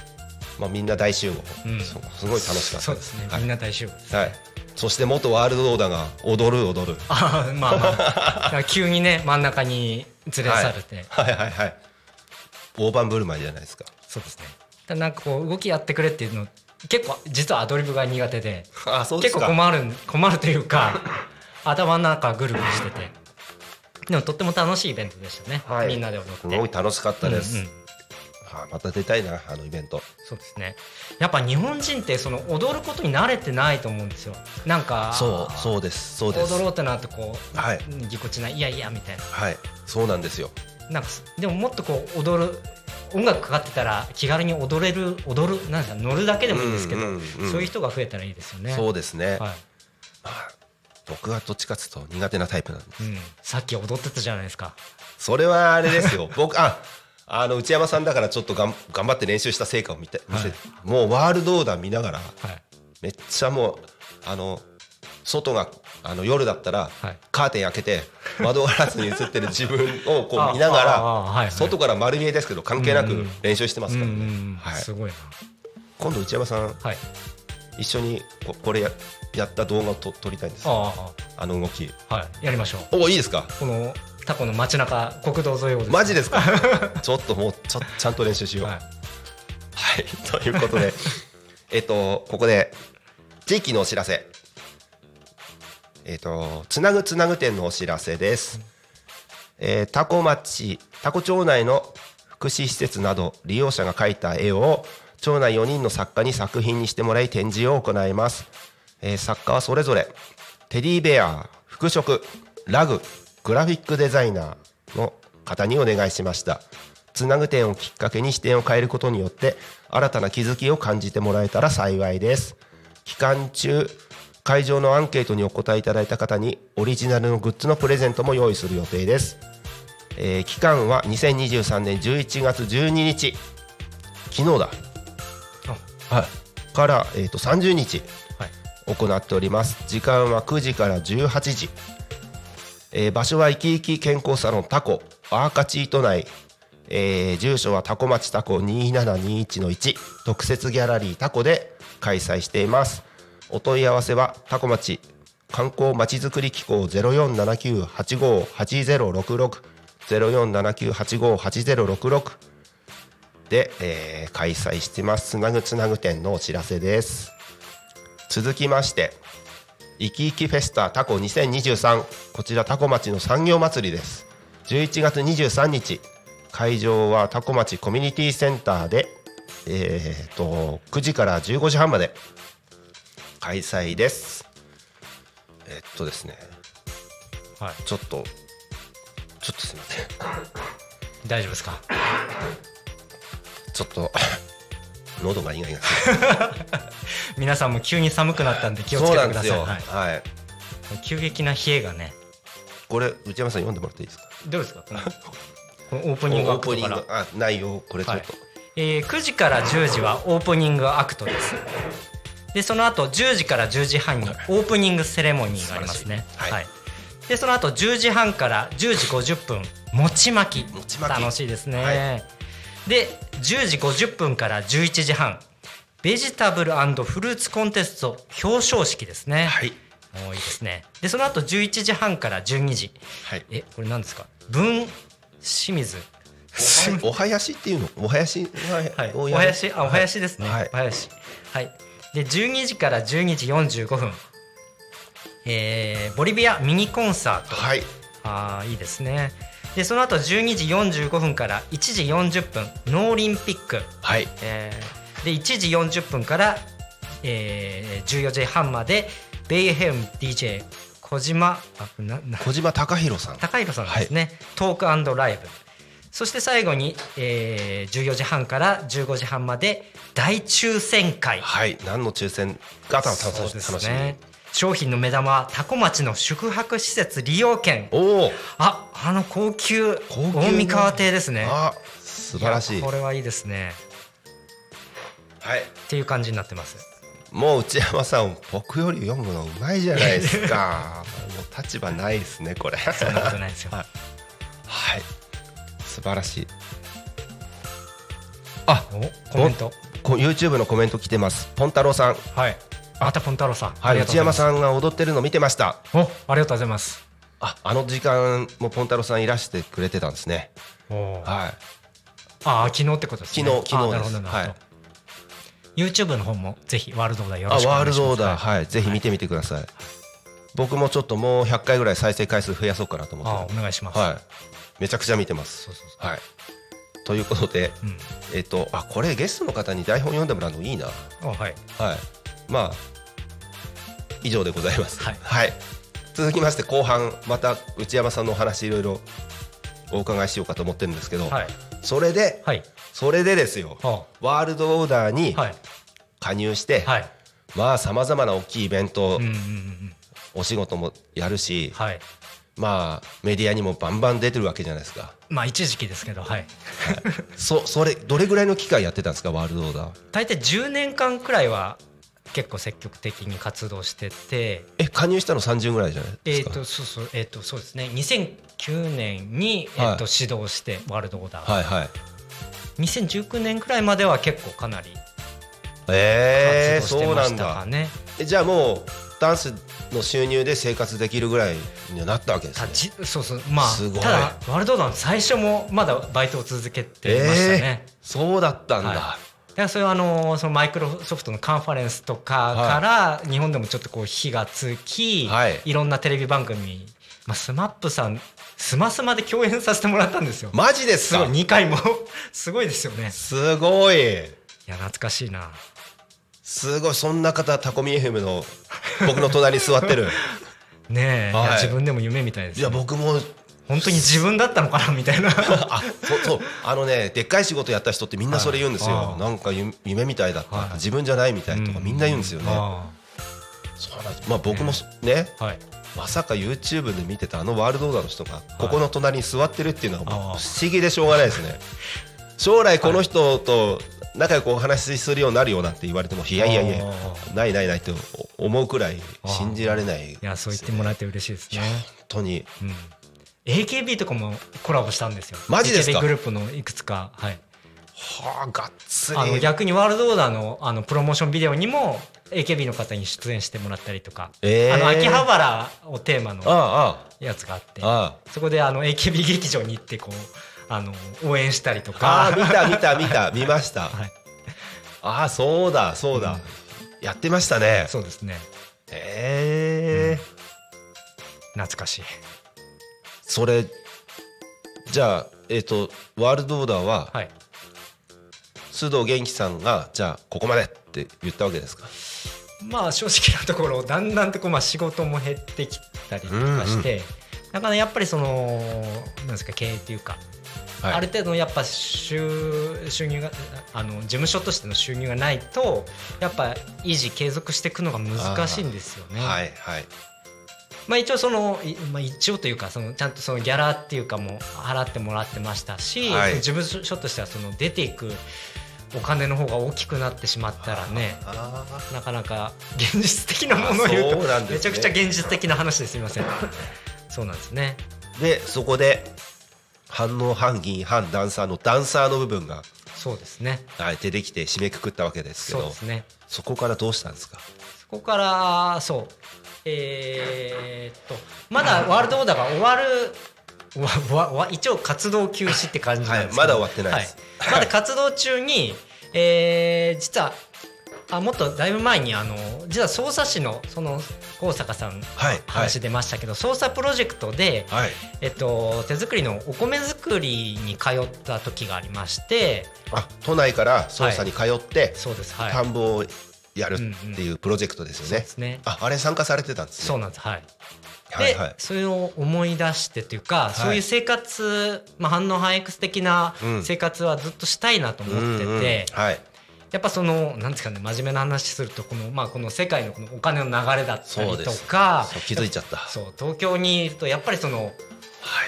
まあ、みんな大集合、
うん
そうすごい楽しかった
そうですね
はい
みんな大丈夫です
はい、そして元ワールドオーダーが踊る踊る
あー まあまあだから急にね真ん中に連れ去るっ て、
はいはいはい大盤振る舞いじゃないですか
そうですねただなんかこう動きやってくれっていうの結構実はアドリブが苦手で
あそ
結構困るん困るというか頭の中ぐるぐるしててでもとっても楽しいイベントでしたね、
はい
みんなで踊って
すごい楽しかったです、
うんうん
はあ、また出たいなあのイベント
そうですねやっぱ日本人ってその踊ることに慣れてないと思うんですよなんか
そうそうですそうです
踊ろうってなってこう、
はい
ぎこちないいやいやみたいな
はいそうなんですよ
なんかでももっとこう踊る音楽かかってたら気軽に踊れる踊るなんですか乗るだけでもいいんですけど、
うんうんうん
そういう人が増えたらいいですよね。
そうですね、
はい
僕はどっちかっていうと苦手なタイプなんで
うん、さっき踊ってたじゃないですか。
それはあれですよ僕ああの内山さんだからちょっとがん頑張って練習した成果を見て見せて、もうワールドオーダー見ながら
はい、
めっちゃもうあの外があの夜だったら、
はい
カーテン開けて窓ガラスに映ってる自分をこう見なが
あああはいは
ら
い
外から丸見えですけど関係な
うんう
く
ん
練習してます
うんう
からね、
ん、
はい、
すごいな。
今度内山さん
はい、
一緒にここれややった動画をと撮りたいんですあ
あ
の動き
あ、はい、やりましょう。
おいいですか
このタコの街中、国道沿いをですね
マジですかちょっともうちょちゃんと練習しよう、
はい、
はい、ということで、えっと、ここで地域のお知らせ。えっと、つなぐつなぐ店のお知らせです。えー、タコ町、タコ町内の福祉施設など利用者が描いた絵を町内4人の作家に作品にしてもらい展示を行います。えー作家はそれぞれテディベア服飾ラググラフィックデザイナーの方にお願いしましたつなぐ点をきっかけに視点を変えることによって新たな気づきを感じてもらえたら幸いです期間中会場のアンケートにお答えいただいた方にオリジナルのグッズのプレゼントも用意する予定です、えー期間は2023年11月12日昨日だはい、から、えー、と30日
はい
行っております時間は9時から18時、えー場所は生き生き健康サロンタコアーカチート内、えー住所はタコ町タコ2721の1特設ギャラリータコで開催していますお問い合わせはタコ町観光まちづくり機構0479858066 0479858066で、えー開催してますつなぐつなぐ展のお知らせです続きましていきいきフェスタタコ2023こちらタコ町の産業祭りです11月23日会場はタコ町コミュニティセンターでえー、と9時から15時半まで開催ですえっとですね
はい、
ちょっとちょっとすみません
大丈夫ですか
ちょっと喉が苦いな
皆さんも急に寒くなったんで気をつ
そう
け
なん
てく
です
ださい、
よ。
はい、
はい。
急激な冷えがね
これ内山さん読んでもらっていいですか。
どうですか このこのオープ
オ
ニングア
ー
クト
プニン
か
グ
ら、
あ内容これちょっと。
えー9時から10時はオープニングアクトですでその後10時から10時半にオープニングセレモニーがありますね
素晴ら
は
し
い、
いはい
でその後10時半から10時50分餅巻き
餅巻き
楽しいですね、
は
で10時50分から11時半ベジタブルフルーツコンテスト表彰式ですね
はい
もういいですねでその後11時半から12時
はい。
えこれ何ですか文清水
お囃子っていうのお囃子
はい、
お
お
囃
囃子あお囃子ですね、
はい
お囃子はいで12時から12時45分えーボリビアミニコンサート
はい
あーいいですねでその後12時45分から1時40分ノーリンピック、
はい
えーで1時40分から、えー、14時半までベイヘム DJ 小島あなな
小島貴弘さん。
高弘さんですね、トークライブそして最後に、えー、14時半から15時半まで大抽選会
はい。何の抽選が楽しみ
そうです
楽しみ
ね。商品の目玉はタコ町の宿泊施設利用券
おお。
ああの高級
高級な
大三河亭ですね
あ素晴らしい。
や
は
こ
い。
れはいいですねっていう感じになっ てます
もう内山さん僕より読むのうまいじゃないですか。 もう立場ないですねこれ。
そんなことないですよ
はい。素晴らしい。
おコメント
こ YouTube のコメント来てます。ポンタロウさん。
はいまたポン太郎さん、
はい。内山
ん
さんが踊ってるの見てました。
おありがとうございます
あ、あの時間もポンタロウさんいらしてくれてたんですね。
おー
はい。
ああ昨日ってことですね。
昨日
あ
昨日
なる
で
ほ
す
どなるほど。
はい
YouTube の方もぜひワールドオーダーよ
あ、
ろしくお願
ワー
いし
ル
ます。
ドオーダー、はい、ぜひ見てみてください。僕もちょっともう100回ぐらい再生回数増やそうかなと思
あ
って
お願いしま。
ますす。はい。めちゃくちゃ見てます
そう。そうそ
はい。ということで、
う。うん。
えっと、あ、これゲストの方に台本読んでもらうのいいな。
あはい。
はい。まあ、以上でございます。
はい
続きまして後半また内山さんのお話いろいろお伺いしようかと思ってるんですけど、
はい。
それで
はい。
それでですよ、
あ
ワールドオーダーに
はい。
加入して、
はい。
まあさまざまな大きいイベント、
うんうんうんうん。
お仕事もやるし、
はい。
まあメディアにもバンバン出てるわけじゃないですか。
まあ一時期ですけど、はい。
そそれどれぐらいの期間やってたんですかワールドオーダー。
大体10年間くらいは結構積極的に活動してて、
え加入したの30ぐらいじゃない
え
です
っ
か。
とそうそうえっとそうですね。2009年に
はい
えっと指導してワールドオーダー。
はいはい。
2019年くらいまでは結構かなり
えー、
活動
そ
して
う
ま
なん
した
だ
か。ね。
えじゃあもうダンスの収入で生活できるぐらいにはなったわけですね
立ちそうそうまあ
すごい
ただワールドダン最初もまだバイトを続けてましたね、
えーそうだったんだ、
はだからそれはあのーそのマイクロソフトのカンファレンスとかから日本でもちょっとこう火がつき、
はい
い、ろんなテレビ番組、まあ、スマップさんスマスマで共演させてもらったんですよ、
マジです
すご
か
い2回も すごいですよね
すごい
いや懐かしいな
すごいそんな方タコミ FM の僕の隣に座って る
ねえ、
はい
いや自分でも夢みたいです、
いや僕も
本当に自分だったのかなみたい な
あそうそうあのねでっかい仕事やった人ってみんなそれ言うんですよ、
はいあー
なんかゆ夢みたいだった、
はい
自分じゃないみたいとか
うん
みんな言うんですよね、
あ
そうなんですまあ僕もそね
あはい
まさか YouTube で見てたあのワールドオーダーの人がここの隣に座ってるっていうのはもう
あー
不思議でしょうがないですね将来この人と仲良くお話しするようになるよなんて言われてもいやいやいや
ああ
ないないないって思うくらい信じられない
いやそう言ってもらえて嬉しいですね、
本当に
うん、AKB とかもコラボしたんですよ
マジですか
AKB グループのいくつかはい
はあがっつり
あの逆にワールドオーダーのあのプロモーションビデオにも AKB の方に出演してもらったりとか、
えー
あの秋葉原をテーマの
あ
やつがあって
あああ
そこであの AKB 劇場に行ってこうあの応援したりと
あ
か
あ見た見た見た見ました、
はい
ああそうだそうだ、やってましたね
そうですね
へえ
懐かしい
それじゃあえっ、とワールドオーダーは
はい
須藤元気さんがじゃあここまでって言ったわけですか
まあ正直なところだんだんとこうまあ仕事も減ってきたりとかして、だからやっぱりそのなんですか経営っていうか、
はい
ある程度のやっぱ収収入があの事務所としての収入がないとやっぱ維持継続していくのが難しいんですよね。
はいはい
まあ一応その、いまあ、一応というかそのちゃんとそのギャラっていうかもう払ってもらってましたし、
はい
事務所としてはその出ていくお金の方が大きくなってしまったらね
ああ
なかなか現実的な ものを言うと
そうなんですね
めちゃくちゃ現実的な話ですみませんそうなんですね
でそこで反応反銀反ダンサーのダンサーの部分が、
そうですね
はい、出てきて締めくくったわけですけ
そう
ど
ですね
そこからどうしたんですか
そこからそうえーっとまだワールドオーダーが終わるわわわ一応活動休止って感じなんですけど
はいまだ終わってないです
はいまだ活動中に、えー実はあもっとだいぶ前にあの実は匝瑳市のその高坂さん
はいはい
話出ましたけど、捜査プロジェクトで、
はい
えっと、手作りのお米作りに通った時がありまして
あ都内から捜査に通って、
そうですはい
田んぼをやるっていうプロジェクトですよね、
ですね
ああれ参加されてたんですね
そうなんですはいで、
はいはい
それを思い出してというか、
い
そういう生活、まあ、反応反 X 的な
うん
生活はずっとしたいなと思ってて、
うんうんはい
やっぱそのなんですかね真面目な話するとこの,、まあ、この世界のこのお金の流れだった
そう
り
で
と
す
か
そう気づいちゃった
そう東京にいるとやっぱりその
はい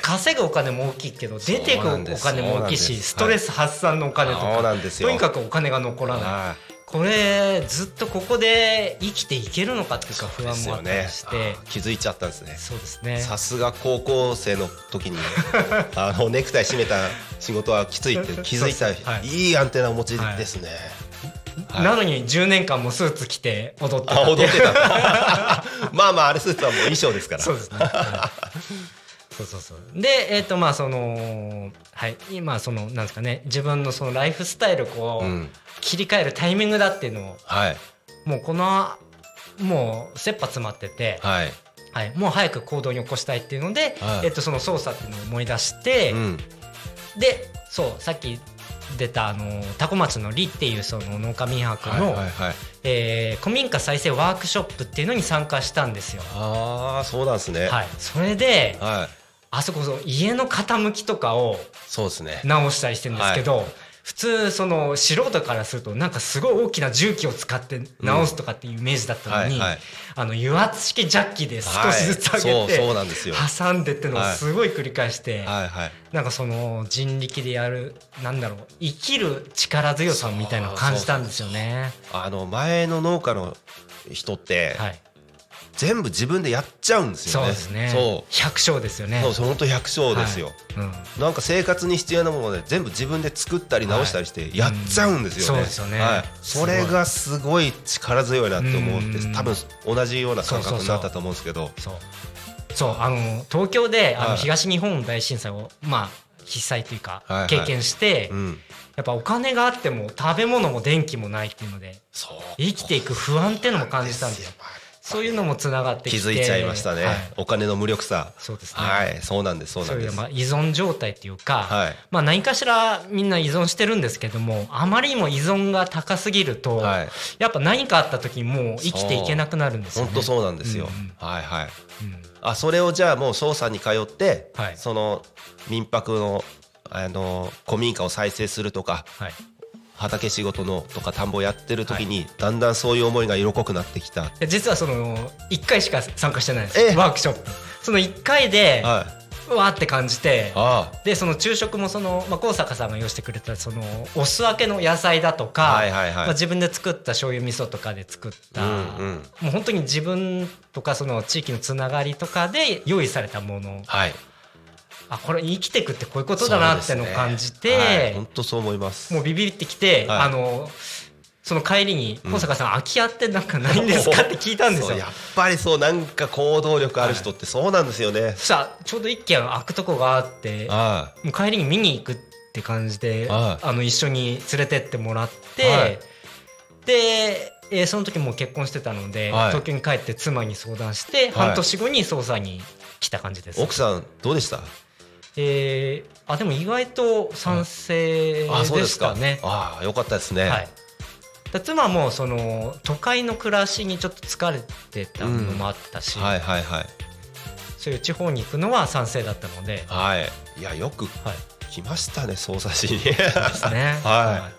稼ぐお金も大きいけど
そう
出ていくお
なんです
金も大きい
そうなん
し
です
ストレス発散のお金とか、
そうなんですよ
とにかくお金が残らない
あ
これずっとここで生きていけるのかっていうか
ー
不安もあった
で
り
す
し
よ
て、
ねあー気づいちゃったんですね
そうですね
さすが高校生の 時にあのネクタイ締めた仕事はきつい って気づいた
そうそうはい
いいアンテナをお持ちですね、はい
なのに10年間もスーツ着て踊ってた
あ踊って
いう
た まあまああれスーツはもう衣装ですから
そうですね、はいそうそうそうでえっ、とまあそのはい今そのなんですかね自分のそのライフスタイルをこう、
うん
切り替えるタイミングだっていうのを
はい
もうこのもう切羽詰まってて、
はい、
はい、もう早く行動に起こしたいっていうので、
はい
えっと、その操作っていうのを思い出して、
うん、
でそうさっき出たあのタコ町の「り」っていうその農家民泊の、
はいはいはい
えー古民家再生ワークショップっていうのに参加したんですよ。
ああそうなんですね
はい、それで
はい、
あそこその家の傾きとかを
そうですね
直したりしてるんですけど、普通その素人からするとなんかすごい大きな重機を使って直すとかっていうイメージだったのに、
うんはいはい
あの油圧式ジャッキで少しずつ上げ
はい、そうそう
て
なんですよ
挟んでってのを
はい
すごい繰り返して、
はいはい
なんかその人力でやるなんだろう生きる力強さみたいなのを感じたんですよね。
あの前の農家の人って、
はい、
全部自分でやっちゃうんですよ
そう
ね
ですね。
そう
百姓ですよね。
そう本当百姓ですよ、
うん
なんか生活に必要なもので全部自分で作ったり直したりしてやっちゃうんですよね、
うんそうですよね
はい、
すご
そ
い
れがすごい力強いなって思うんで
う
す
ん
多分同じような感覚になったと思うんですけど
そうそうあの東京であ
は
の
い
東日本大震災を、まあ被災というか
はいはい
経験して、
うん
やっぱお金があっても食べ物も電気もないっていうので
そう
生きていく不安っていうのも感じたんですよ
そうなんです
そういうのもつながってき
気
て
づいちゃいましたね、
はい
お金の無力さ
そうですね、
はいそうなんですそうな
そ
ん
うい
で
う
す
まあ依存状態っていうか、
はい
まあ、何かしらみんな依存してるんですけどもあまりにも依存が高すぎると、
はい
やっぱ何かあった時もう生きていけなくなるんですよ
本
ね。
当そうなんですよ、
うん
はいはい
うん
あそれをじゃあもう翔さんに通って、
はい
その民泊のあの古民家を再生するとか
はい、
畑仕事のとか田んぼやってる時に、だんだんそういう思いが色濃くなってきた、
で実はその1回しか参加してないんです
え
よワークショップその1回で
はい、
うわーって感じて
あ
でその昼食もその、まあ、高坂さんが用意してくれたそのお酢分けの野菜だとか、
はいはいはい
まあ、自分で作った醤油味噌とかで作った、
うんうん
もう本当に自分とかその地域のつながりとかで用意されたもの
はい
あこれ生きていくってこういうことだなってのを感じて、
本当そう思います
もうビビってきて、
はい
あのその帰りに
うん
高坂さん、空き家ってなんかないんですかって聞いたんです
そう
よ
や。っぱりそうなんか行動力ある人ってそうなんですよね、
そしたらちょうど一軒開くとこがあって
あ
もう帰りに見に行くって感じで、
はい
あの一緒に連れてってもらって、
はい
で、えーその時もう結婚してたので、
はい
東京に帰って妻に相談して、半年後に捜査に来た感じです。
奥さんどうでした
えーあでも意外と賛成
あそう
で
です
し
か
たね。
ああよかったですね、
はい、だ妻もその都会の暮らしにちょっと疲れてたのもあったし、
はいはいはい
そういう地方に行くのは賛成だったので、
はいいやよく
はい、
来ましたね捜査 市に。
ですね
は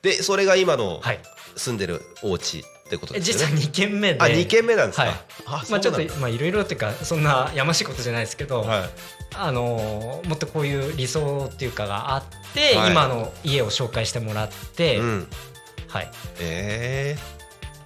でそれが今の
はい、
住んでるお家ってこと
え
です
実
よ
は
ね
2軒目で
あ二軒目なんですか、
はい
あそうな
まあ、
ん
ち
だ
ょっとまあいろいろっていうかそんなやましいことじゃないですけど、
はい
あのーもっとこういう理想っていうかがあって、
はい
今の家を紹介してもらって、
うん
はい、
え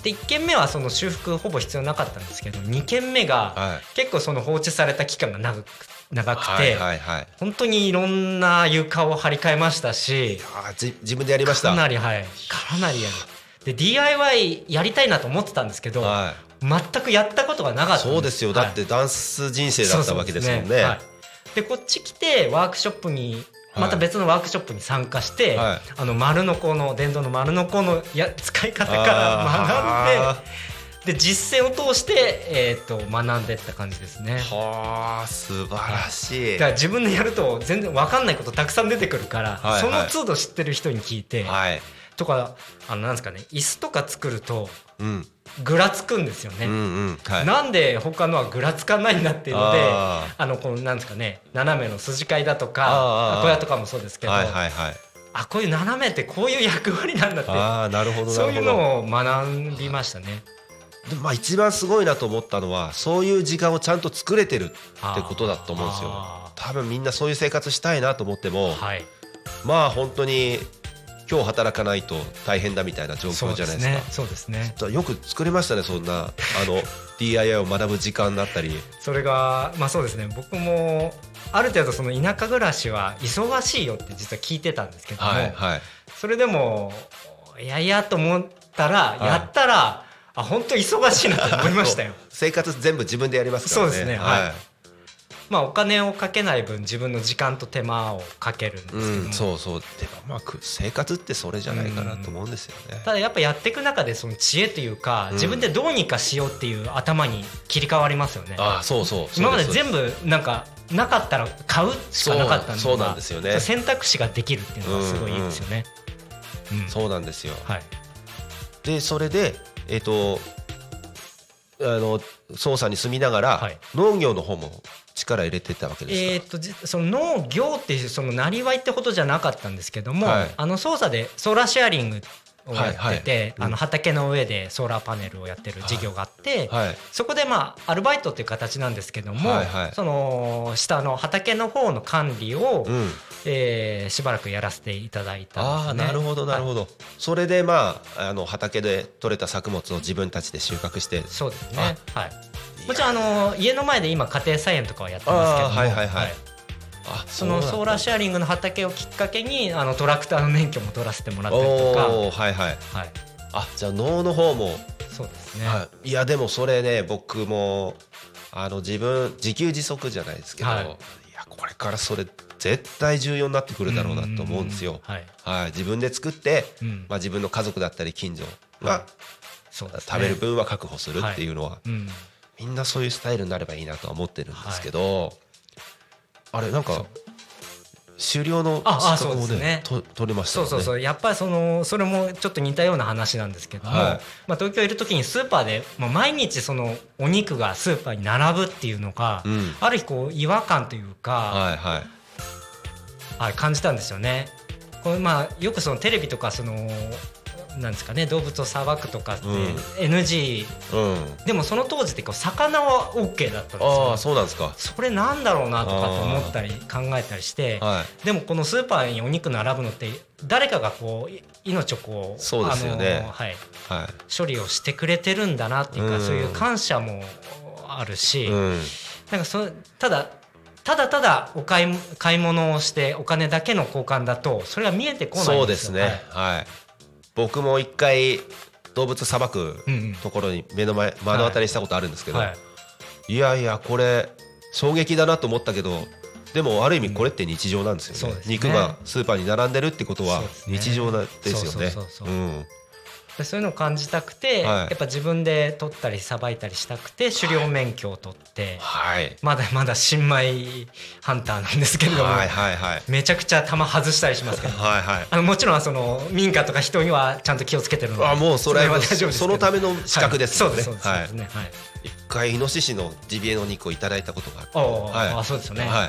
で1軒目はその修復ほぼ必要なかったんですけど2軒目
え
が
はい
結構その放置された期間が長く長くて、
はいはいはい
本当にいろんな床を張り替えましたし
あーじ自分でやりました
かなりはいかなりやるで DIY やりたいなと思ってたんですけど、
はい
全くやったことがなかったん
そうですよ
はい
だってダンス人生だったわけですもんね
そうそうはいでこっち来てワークショップに
はい
また別のワークショップに参加して、
はい
あの丸のこの電動の丸のこのや使い方から
あ
学んでで実践を通して、えー、と学んでった感じですね
ーはあ素晴らし
だ
い
から
は
自分でやると全然分かんないことたくさん出てくるから、
はいはい
その都度知ってる人に聞いて、
い
とかあのなんですかね椅子とか作ると
うん
ぐらつくんですよね、
うんうんはい
なんで他のはぐらつかないんだっていうので
あ
あのこのなんですかね斜めの筋交いだと
あー
か小屋とかもそうですけど、
はいはいはい
あこういう斜めってこういう役割なんだっ
ああなるほ
て
ど
そ
な
う
るほ
いうの
ど
を学びましたね。
でもまあ一番すごいなと思ったのはそういう時間をちゃんと作れてるってことだと思うんですよ
あ
多分みんなそういう生活したいなと思っても
ーはい、
まあ本当に今日働かないと大変だみたいな状
そ
況
う
じ
で
ゃない
す
ですか
ね。そうですね。
だからよく作れましたねそんなあ の DIY を学ぶ時間だったり
それがまあそうですね。僕もある程度その田舎暮らしは忙しいよって実は聞いてたんですけども、
はいはい
それでもいやいやと思ったら
はい
やったら、あ本当忙しいなと思いました よ。
生活全部自分でやりますからね
そうですね
はい、
はまあお金をかけない分自分の時間と手間をかけるんですけども、
うんそうそうでもまあく生活ってそれじゃないかなと思うんですよね、
ただやっぱやっていく中でその知恵というか、
ん
自分でどうにかしようっていう頭に切り替わりますよね
ああそうそう
今まで
そうす
全部なんかなかったら買うしかなかったのが
そうそうなんですよね
選択肢ができるっていうのがすごいいいですよね、うん
そうなんですよ
はい
でそれでえっ、とあの捜査に住みながら、
はい
農業の方も力入れてたわけですか、
えーっとじその農業っていうそのなりわいってほどじゃなかったんですけども、
はい
あの操作でソーラーシェアリングをやってて、
はいはいうん
あの畑の上でソーラーパネルをやってる事業があって、
はい
そこでまあアルバイトっていう形なんですけども、
はいはい
その下の畑の方の管理を、
うん
えーしばらくやらせていただい
あ
た
あ
んですね。
なるほどなる
はい
ほど、それでまああの畑で取れた作物を自分たちで収穫して
そうですね。はい。もちろんあの家の前で今家庭菜園とかはやってますけども、
あーはいはいはいあ
そのソーラーシェアリングの畑をきっかけにあのトラクターの免許も取らせてもら
ア
ったりとか、は
おーはいはい
い。
あじゃあ能の方も、
そうですね。
はい、いやでもそれね僕もあの自分自給自足じゃないですけど、
はい
い、やこれからそれ絶対重要になってくるだろうなと思うんですよ
はい。
はい自分で作って、
うん
まあ、自分の家族だったり近所が
そうですね
食べる分は確保するっていうのは、
うん、
みんなそういうスタイルになればいいなとは思ってるんですけど、あれなんか終了の
ああ
時間を
そうですね
と取れましたよ
そう
ね
そうそうやっぱりそのそれもちょっと似たような話なんですけども、
はい
まあ、東京いる時にスーパーで、まあ、毎日そのお肉がスーパーに並ぶっていうのが、
うん
ある日こう違和感というか、
はいはい
はい、感じたんですよね。これまあよくそのテレビとかそのなんですかね動物をさばくとかって
うん
NG、
うん
でもその当時ってこう魚は OK だっ
あ
たんですよ
あ。そうなんですか
それなんだろうなとかって思ったり考えたりして、
はい
でもこのスーパーにお肉並ぶのって誰かがこうい命をこう
そうですよね
あのはい、
は
処理をしてくれてるんだなっていう
う
か、
ん
そういう感謝もあるし、
い、うん、
なんかそただただただお買い買い物をしてお金だけの交換だとそれが見えてこないんですよ
そうですね
は
はいい、僕も一回動物さばく
うんうん
ところに目の前目の当たりしたことあるんですけど、
はいい、
やいやこれ衝撃だなと思ったけどでもある意味これって日常なんですよ
そう
ね,、
ですね
肉がスーパーに並んでるってことは
そうですね
日常なんですよね
そうそうそうそう
うん
でそういうのを感じたくて、
はい
やっぱ自分で取ったりさばいたりしたくて狩猟免許を取って、
はい
まだまだ新米ハンターなんですけれども、
はいはいはい
めちゃくちゃ弾外したりしますけど
はいはい
あのもちろんその民家とか人にはちゃんと気をつけてるので
あもうそれは
は大丈夫ですけ
そ
ど
のための資格ですもんね
はいそうですそう
は
で
い
すそうですねはい
一回イノシシのジビエの肉をいただいたことがあって
あああ
は
あそうですよね
はい
は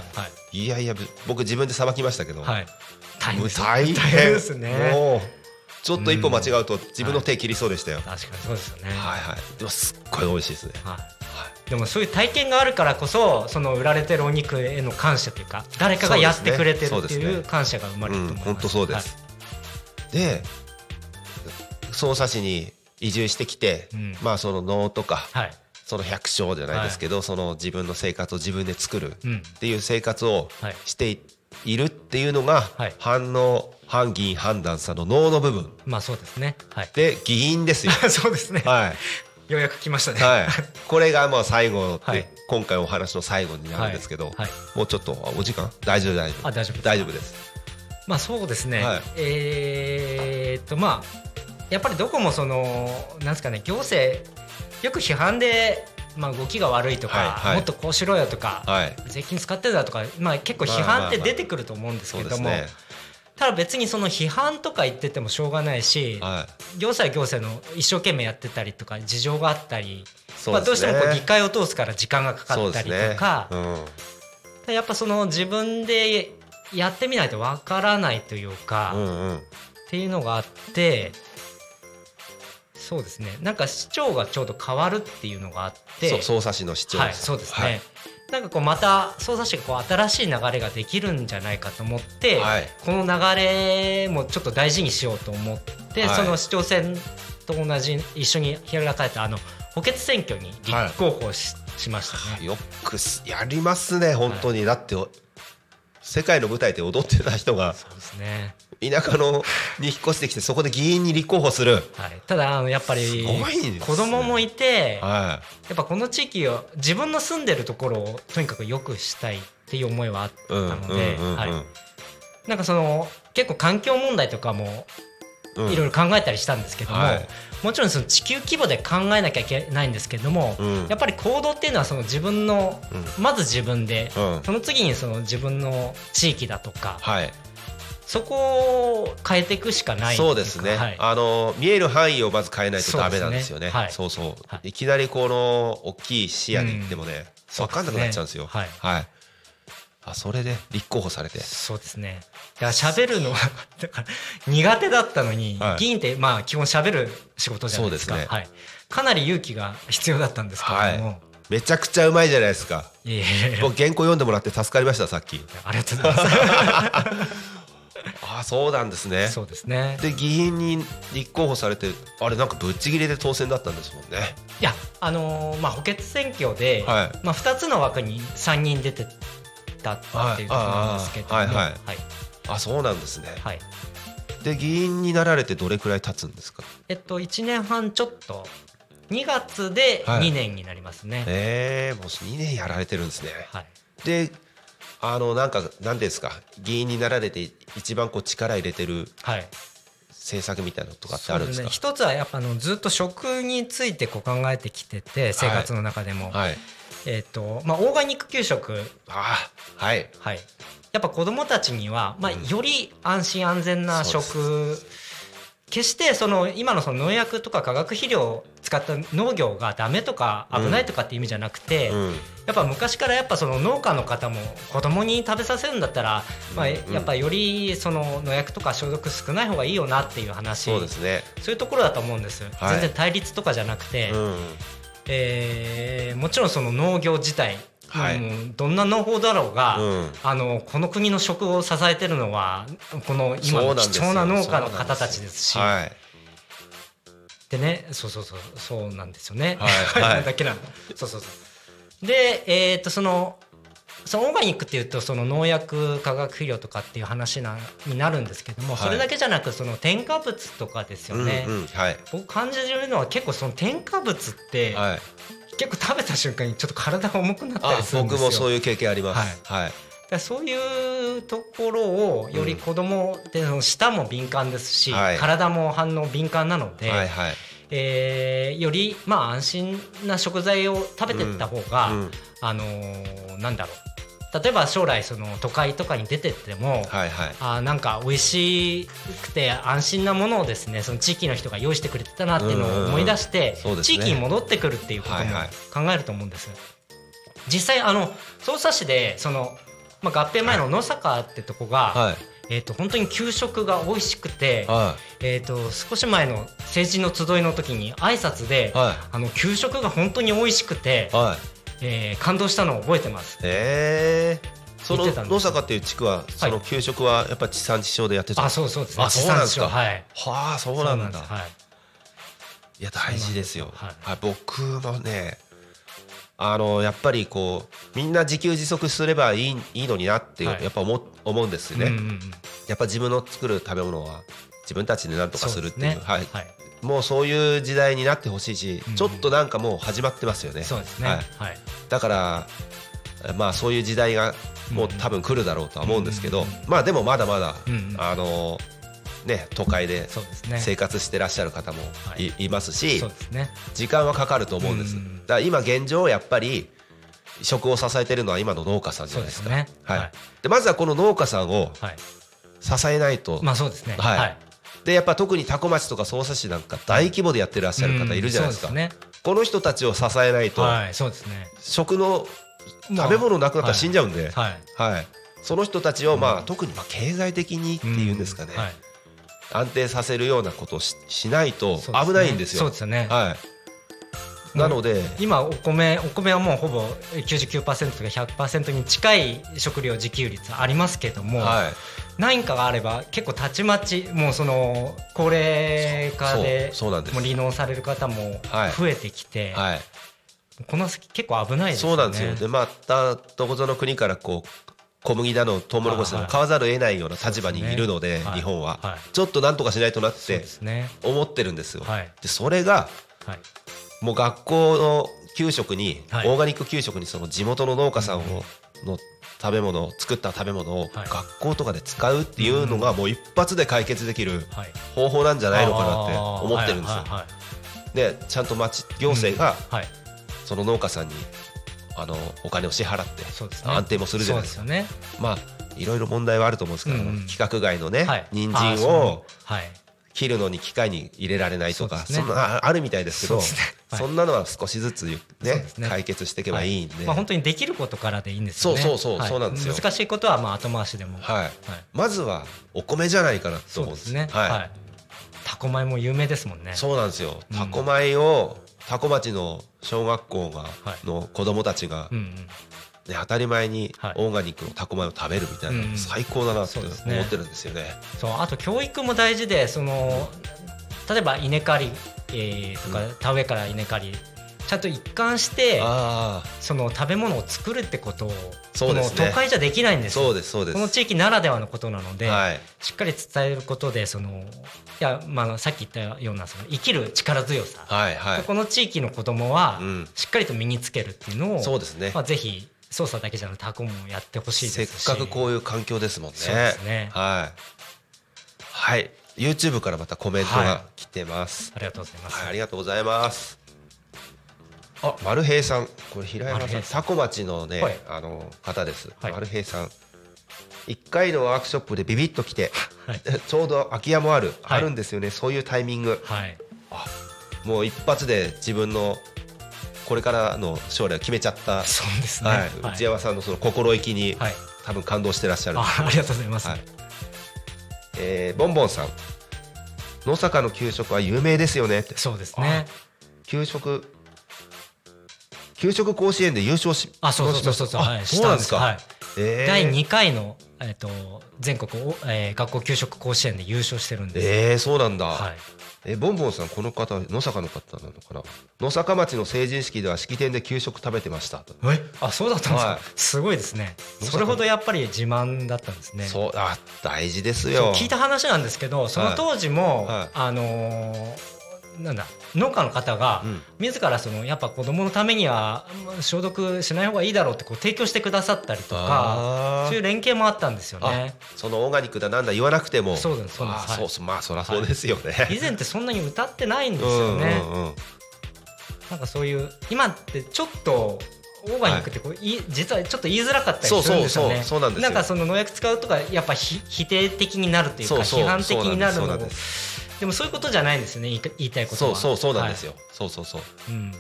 い
いいやいやぶ僕自分でさばきましたけど、
はい。大
もう
変です
大変
ですね。
もうちょっと一歩間違うと自分の手切りそうでしたよ、
確かにそうですよね。
はいはいでもすっごい美味しいですね
はい。でもそういう体験があるからこそその売られてるお肉への感謝というか誰かがやってくれてる
そう
っ
で
て
すね
いう感謝が生まれると思います。
本当そうです、でその市に移住してきて、
うん
まあその能とか、
はい。はい。
その百姓じゃないですけど、その自分の生活を自分で作る
うん
っていう生活を
はい
してい,、るっていうのが、
はい
反応反議員判断さの能の部分
まあそうですね。 はい。
で議員ですよ
そうですね。
はい
ようやく来ましたね。
はい、これがまあ最後で、
はい
今回お話の最後に
い
なるんですけど、
はい。
もうちょっとあお時間大丈夫大丈夫
あ大丈夫です
大丈夫です
まあそうですね、
はい
えーっとまあやっぱりどこもそのなんですかね行政よく批判で、まあ、動きが悪いとか、
はいはい
もっとこうしろよとか、
はい
税金使ってるだとか、まあ、結構批判って出てくると思うんです
そ
け
うで
ど
す
も、
ね
ただ別にその批判とか言っててもしょうがないし、
はい
行政は行政の一生懸命やってたりとか事情があったり、
そ
まあ、どうしてもこう議
っ
会を通すから時間がかかったりとか、
うん
やっぱその自分でやってみないとわからないというか。
うんうん
っていうのがあってそうですねなんか市長がちょうど変わるっていうのがあって
そう匝瑳市の市長さん
はい、そうですね、
はい
なんかこうまた匝瑳市がこう新しい流れができるんじゃないかと思って、
はい
この流れもちょっと大事にしようと思って、
はい
その市長選と同じ一緒に開かれたあの補欠選挙に立候補し,、しましたね。
よくすやりますね本当に、だってお世界の舞台で踊ってた人が
そうですね
田舎のに引っ越してきてそこで議員に立候補する
はい、ただあのやっぱ
す
り
ごいですね
子供もいて、
は
やっぱこの地域を自分の住んでるところをとにかく良くしたいっていう思いはあっ
い
た
うんうん
ので、
うんうん
はいなんかその結構環境問題とかも
うん
いろいろ考えたりしたんですけども、
はい
もちろんその地球規模で考えなきゃいけないんですけども、
うん
やっぱり行動っていうのはその自分の、
う
まず自分で、
うん
その次にその自分の地域だとか、
はい
そこを変えていくしかないっていか
そうですね、
はい
あの見える範囲をまず変えないとダメなんですよねそ
そう
そう、
はいい
きなりこの大きい視野に行ってもね、
う
分かんなくなっちゃうんですよ
そうですね
はい、あそれで立候補されて
そうですね。だから喋るのは だから苦手だったのに、
はい
議員ってまあ基本喋る仕事じゃないですか。
そうですね
はい。かなり勇気が必要だったんですけれども、
はめちゃくちゃうまいじゃないですか
い、いやいやいや
僕原稿読んでもらって助かりましたさっき
ありがとうございま
ああそうなんです ね
す。そうですね。
で議員に立候補されてあれなんかぶっちぎりで当選だったんですもんね
いやあのーまあ補欠選挙で、
はい
まあ二つの枠に三人出てたっていうことなんですけども、
はいあーはい
はい
あそうなんですね、
はい
で議員になられてどれくらい経つんですか
えっと一年半ちょっと。2月で
はい
2年になりますね。
ええー、もう2年やられてるんですね
はい、
であのなんか何ですか議員になられて一番こう力入れてる
はい、
制作みたいなのとかってあるんです
そう
か
ね一つはやっぱあのずっと食についてこう考えてきてて生活の中でも、
はい
えっ、とまあオーガニック給食
ああはい
はいやっぱ子どもたちには、まあ、
うん
より安心安全な
そう
食決してその今のその農薬とか化学肥料を使った農業がダメとか危ないとかって意味じゃなくて、
うん
やっぱ昔からやっぱその農家の方も子供に食べさせるんだったら、まあ、
うんうん
やっぱよりその農薬とか消毒少ない方がいいよなっていう話
そうですね
そういうところだと思うんです、
はい
全然対立とかじゃなくて、
うん
えーもちろんその農業自体、
はい
もうどんな農法だろうが、
うん
あのこの国の食を支えてるのはこの
そ
今
うなん
の
です
貴
よ
重な農家の方たちですし
はい
でねそうそうそうそうなんですよね。
はい はい
だけなの。そうそうそう。でえーっとそのそのオーガニックっていうとその農薬化学肥料とかっていう話なになるんですけども、
はい
それだけじゃなくその添加物とかですよ
うん
ね。
うんはい
僕感じるのは結構その添加物って、
はい
結構食べた瞬間にちょっと体が重くなった
あ
りするんで
僕
すよ
もそういう経験ありますはい
だからそういうところをより子供ってその舌も敏感ですし、
はい
体も反応敏感なので、
はいはい
えーよりまあ安心な食材を食べてった方が、
うん
あのーなんだろう例えば将来その都会とかに出てっても、
はいはい
あーなんか美味しくて安心なものをですねその地域の人が用意してくれてたなっていうのを思い出して、
うんうんうんそうです
地
ね
域に戻ってくるっていうことも
はいはい
考えると思うんです、実際あの匝瑳市でその、まあ、合併前の野坂ってとこが、
はい
えー、と本当に給食が美味しくて、
は
えー、と少し前の成人の集いの時に挨拶で、
いはい
あの給食が本当に美味しくて、
はい
えー感動したのを覚えてます
ええその
言ってたんです
野坂っていう地区はその給食はやっぱ地産地消でやってた
あそうそうですね
あそうなんですか
地産地消はい
はあそうなん
で
だ
すはい
いや大事ですよ。
そうなんです
はい、僕もね、あのやっぱりこうみんな自給自足すればいいいいのになって、
はい
やっぱ思う思うんですよね、
うんうんうん
やっぱ自分の作る食べ物は自分たちで何とかするっていう
そですね
はい、もうそういう時代になってほしいし、
うん
ちょっとなんかもう始まってますよね。
そうですね。
は
はいい。
だからまあそういう時代がもう多分来るだろうとは思うんですけど、まあでもまだまだ、
うんうん
あのね都会で
そうですね。
生活してらっしゃる方もい,、、
はい
ますし
そう、ですね。
時間はかかると思うんです、
うん
だから今現状やっぱり食を支えてるのは今の農家さんじゃ
そう
ない
で
です
す
か
ね。
はい
はい。
でまずはこの農家さんを
はい。
支えないと、
まあそうですね。
はいでやっぱ特に多古町とか匝瑳市なんか大規模でやってらっしゃる方いるじゃないですか、
うんそうですね。
この人たちを支えないと、
はい。そうですね。
食の食べ物なくなったら死んじゃうんで、はい
はい。
その人たちを、まあ
うん
特にまあ経済的にっていうんですかね、
はい。
安定させるようなことをししないと
そうですね
危ないんですよ。
そうですね。
はい、なので、
今お米お米はもうほぼ99%が100%に近い食料自給率ありますけども、
はい、
何かがあれば結構たちまちもうその高齢化で
そうそうなんです
もう離農される方も
はい
増えてきて、
はい、
この先結構危ないです
そ
よね。
うなんですよ。で、またどこぞの国からこう小麦だのトウモロコシだ
は
の
い
買わざるを得ないような立場にいるので、
そうですねはい
日本は、
はい
ちょっとなんとかしないとなっ
そう
て
ですね。
思ってるんですよ。
はい
で、それが
はい。
もう学校の給食に、
はい
オーガニック給食にその地元の農家さんを、の食べ物を作った食べ物を
はい
学校とかで使うっていうのがもう一発で解決できる
はい。
方法なんじゃないのかなって思ってるんですよ
はい。はい
でちゃんと町行政が
はいはい
その農家さんにあのお金を支払って
そうですね。
安定もするじゃないですか
そうですよね。
まあいろいろ問題はあると思うんですけど、
うんうん
規格外のね、
はい。
人
あー
参
そ
を
うはい。
切るのに機械に入れられないとか
そ
そ,、
うですね
んなああるみたいですけど
そうですねはい
そんなのは少しずつね
そうですね
解決していけばいいんで、
まあ本当にできることからでいいんですよね。
そうそうそう
はい
そうなんですよ
難しいことはまあ後回しでも。い。
はいまずはお米じゃないかなと
そう
思うん
で
です
すね。
はい
はい。タコ米も有名ですもんね。
そうなんですよ
うん
タコ米をタコ町の小学校が、
はい
の子供たちが、
うん
ね、
うん。
当たり前に
はい
オーガニックのタコ米を食べるみたいな、
うんうん
最高だなって
そう
思
ですね
ってるんですよね。
そうあと教育も大事でその例えば稲刈り、えーとか、
う
田植えから稲刈りちゃんと一貫して
あ
その食べ物を作るってことを
そうですね
この都会じゃできないん
あ
ですよ
そうですそうです。
この地域ならではのことなので、
はい、
しっかり伝えることでそのいや、まあ、さっき言ったようなその生きる力強さ、
はいはい
この地域の子供は
うん
しっかりと身につけるっていうのを、
そうですね、
まあ、ぜひ捜査だけじゃなくてタコもやってほしい
せ
で
っ
すし
かくこういう環境ですもんね
そうですね
はいはい YouTube からまたコメントが来てます、
ありがとうございます。
はい、ありがとうございます。あ、マルヘイさん、これ平山
マル
さ
ヘ
ん、
イさ
タコ町のね、
はい
あの方です。
はい
マルヘイさん。一回のワークショップでビビッと来て、
はい
ちょうど空き家もある、
は
あ
い
るんですよね。そういうタイミング、
はい。
もう一発で自分のこれからの将来を決めちゃった。
そうですね。
はい、
はい
内山さんのその心意気に、
はい
多分感動してらっしゃる。
あありがとうございます。
はいえーボンボンさん、野坂の給食は有名ですよねって。
そうですね。
給食給食甲子園で優勝し
あ、そうそうそうそう。
あ
はい
そうなんですか、
はい。
えー
第2回の、えっと全国お、えー学校給食甲子園で優勝してるんです。
えー、そうなんだ、
はい、
えボンボンさんこの方野坂の方なのかな野坂町の成人式では式典で給食食べてましたと、
あそうだったんですか、
はい
すごいですね
まさか
それほどやっぱり自慢だったんですね
そうあ大事です
そう
よ
聞いた話なんですけどその当時も、
はいはい
あのーなんだ農家の方が
うん
自らそのやっぱ子供のためにはあんま消毒しない方がいいだろうってこう提供してくださったりと
あ
かそうい
ー
う連携もあったんですよね
そのオーガニックだなんだ言わなくても
そうですそうで
あ
す
ー
はい
そうそうまあそりゃそうですよね、
以前ってそんなに歌ってないんです
うん
よ
うん
ね、
うん
なんかそういう今ってちょっとオーガニックってこう、い、実はちょっと言いづらかったりするんです
そうそう
よね
そうそうなんですよ
かその農薬使うとかやっぱひ否定的になるというか
そうそう
批判的になる
そう
の
な
を
ん
で
です
もそういうことじゃないんですよね言い言いたいこと
そ
は
うそうそうなんですよ、、そうそうそう
はいうん、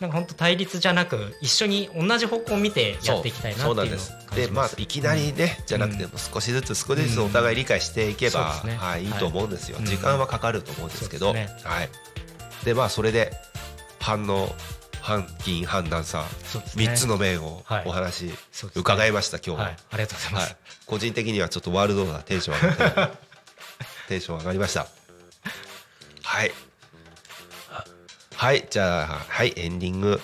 なんか本当対立じゃなく一緒に同じ方向を見てやっていきたいなって
そ
いうのを
う
感
そうなんですで
じ
ま
ま
あ
す
いきなりね、じゃなくても少しずつ少しずつお互い理解していけば、
うんそうですね
はい、いいと思うんですよ、
はい
時間はかかると思うんですけど、
そうです
はいでまあそれで反応反金判断さ
そうですね
3つの面を
はい
お話
そうですね
伺いました、今日は、
はい、ありがとうございま
は
す、
い、個人的にはちょっとワールドなテンション上が ってテンション上がりましたはいはいじゃあはいエンディング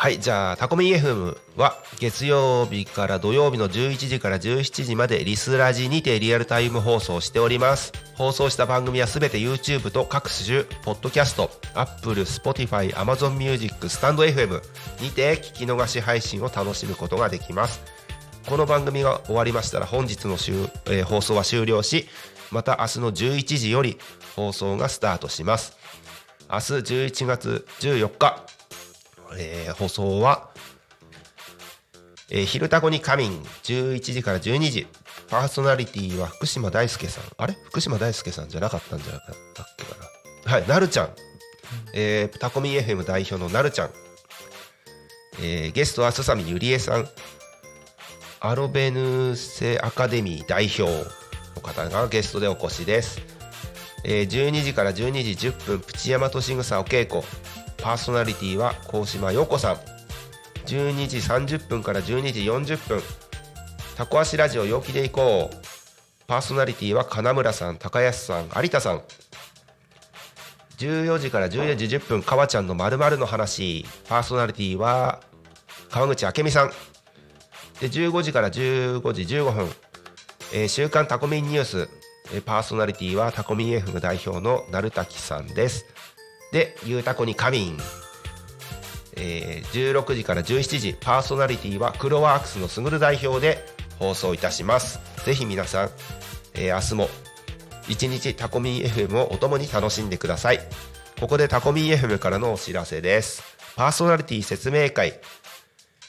はいじゃあタコミン FM は月曜日から土曜日の11時から17時までリスラジにてリアルタイム放送しております放送した番組はすべて YouTube と各種ポッドキャスト Apple、Spotify、AmazonMusic、スタンド FM にて聞き逃し配信を楽しむことができますこの番組が終わりましたら本日の終、えー放送は終了しまた明日の11時より放送がスタートします明日11月14日、えー放送は「えー昼タコに仮眠」11時から12時パーソナリティは福島大輔さんあれ福島大輔さんじゃなかったんじゃなかったっけかなはいなるちゃん、えータコミン FM 代表のなるちゃん、えーゲストはすさみゆりえさんアロベヌーセアカデミー代表の方がゲストでお越しです。えー12時から12時10分、プチヤマトシグサお稽古。パーソナリティは、高島陽子さん。12時30分から12時40分、タコ足ラジオ陽気でいこう。パーソナリティは、金村さん、高安さん、有田さん。14時から14時10分、かわちゃんの〇〇の話。パーソナリティは、川口明美さん。で15時から15時15分、えー週刊タコミンニュース、えーパーソナリティはタコミン FM 代表の鳴滝さんですで「ゆうたこにカミン」えー16時から17時パーソナリティはクロワークスのすぐる代表で放送いたしますぜひ皆さん、えー明日も一日タコミン FM をお供に楽しんでくださいここでタコミン FM からのお知らせですパーソナリティ説明会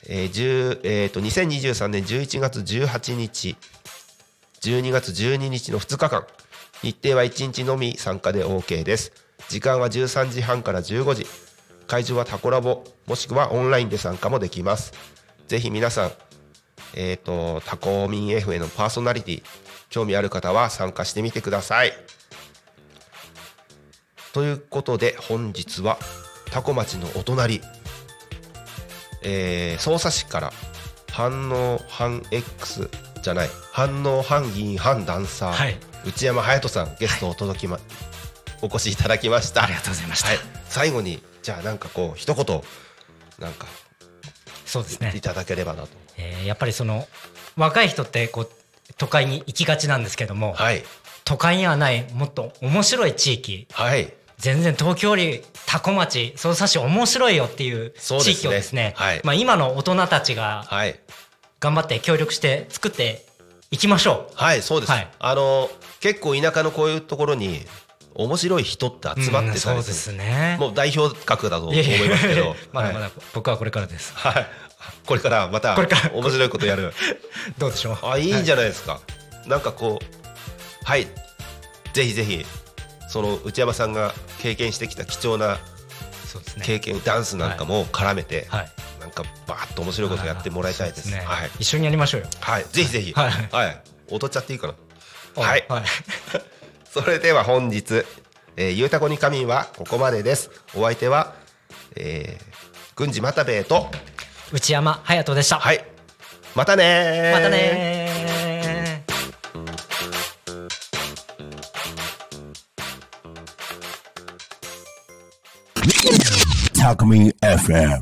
えー10えーと2023年11月18日12月12日の2日間日程は1日のみ参加で OK です時間は13時半から15時会場はタコラボもしくはオンラインで参加もできますぜひ皆さんえっ、とタコミン F へのパーソナリティ興味ある方は参加してみてくださいということで本日はタコ町のお隣えー捜査士から反応反 X じゃない反応反議員反ダンサー、
はい
内山隼人さんゲストをお届きま、お越しいただきました
ありがとうございました、
はい、最後にじゃあなんかこう一言なんか
そうですね
いただければなと、
えーやっぱりその若い人ってこう都会に行きがちなんですけども、
はい
都会にはないもっと面白い地域
はい
全然東京より多古町匝瑳市面白いよっていう
そ
地
うですね
域をですね
はい
まあ、今の大人たちが
はい
頑張って協力して作って行きましょう
はいそうです、
はい
あの結構田舎のこういうところに面白い人って集まっ
うん
て
そ
た
う
り
ですす
る、
ね
もう代表格だと思い
いやいや
ますけど
まだま
はい
だ僕はこれからです
はい、これからまた
これから
面白いことや る
どうでしょう
あいいんじゃないですか、なんかこうはいぜひぜひその内山さんが経験してきた貴重な
そうですね
経験、ダンスなんかも絡めて、
はい
なんかバーッと面白いことやってもらいたいです
そうね
はい、
一緒にやりましょうよ
はい、ぜひぜひ
はい
はい、踊っちゃっていいかなはい
はい
それでは本日、えー、ゆうたこにかみんはここまでですお相手は、えー、郡司又兵衛と
内山隼人でした
はいまたねー
またねー
タコミ FM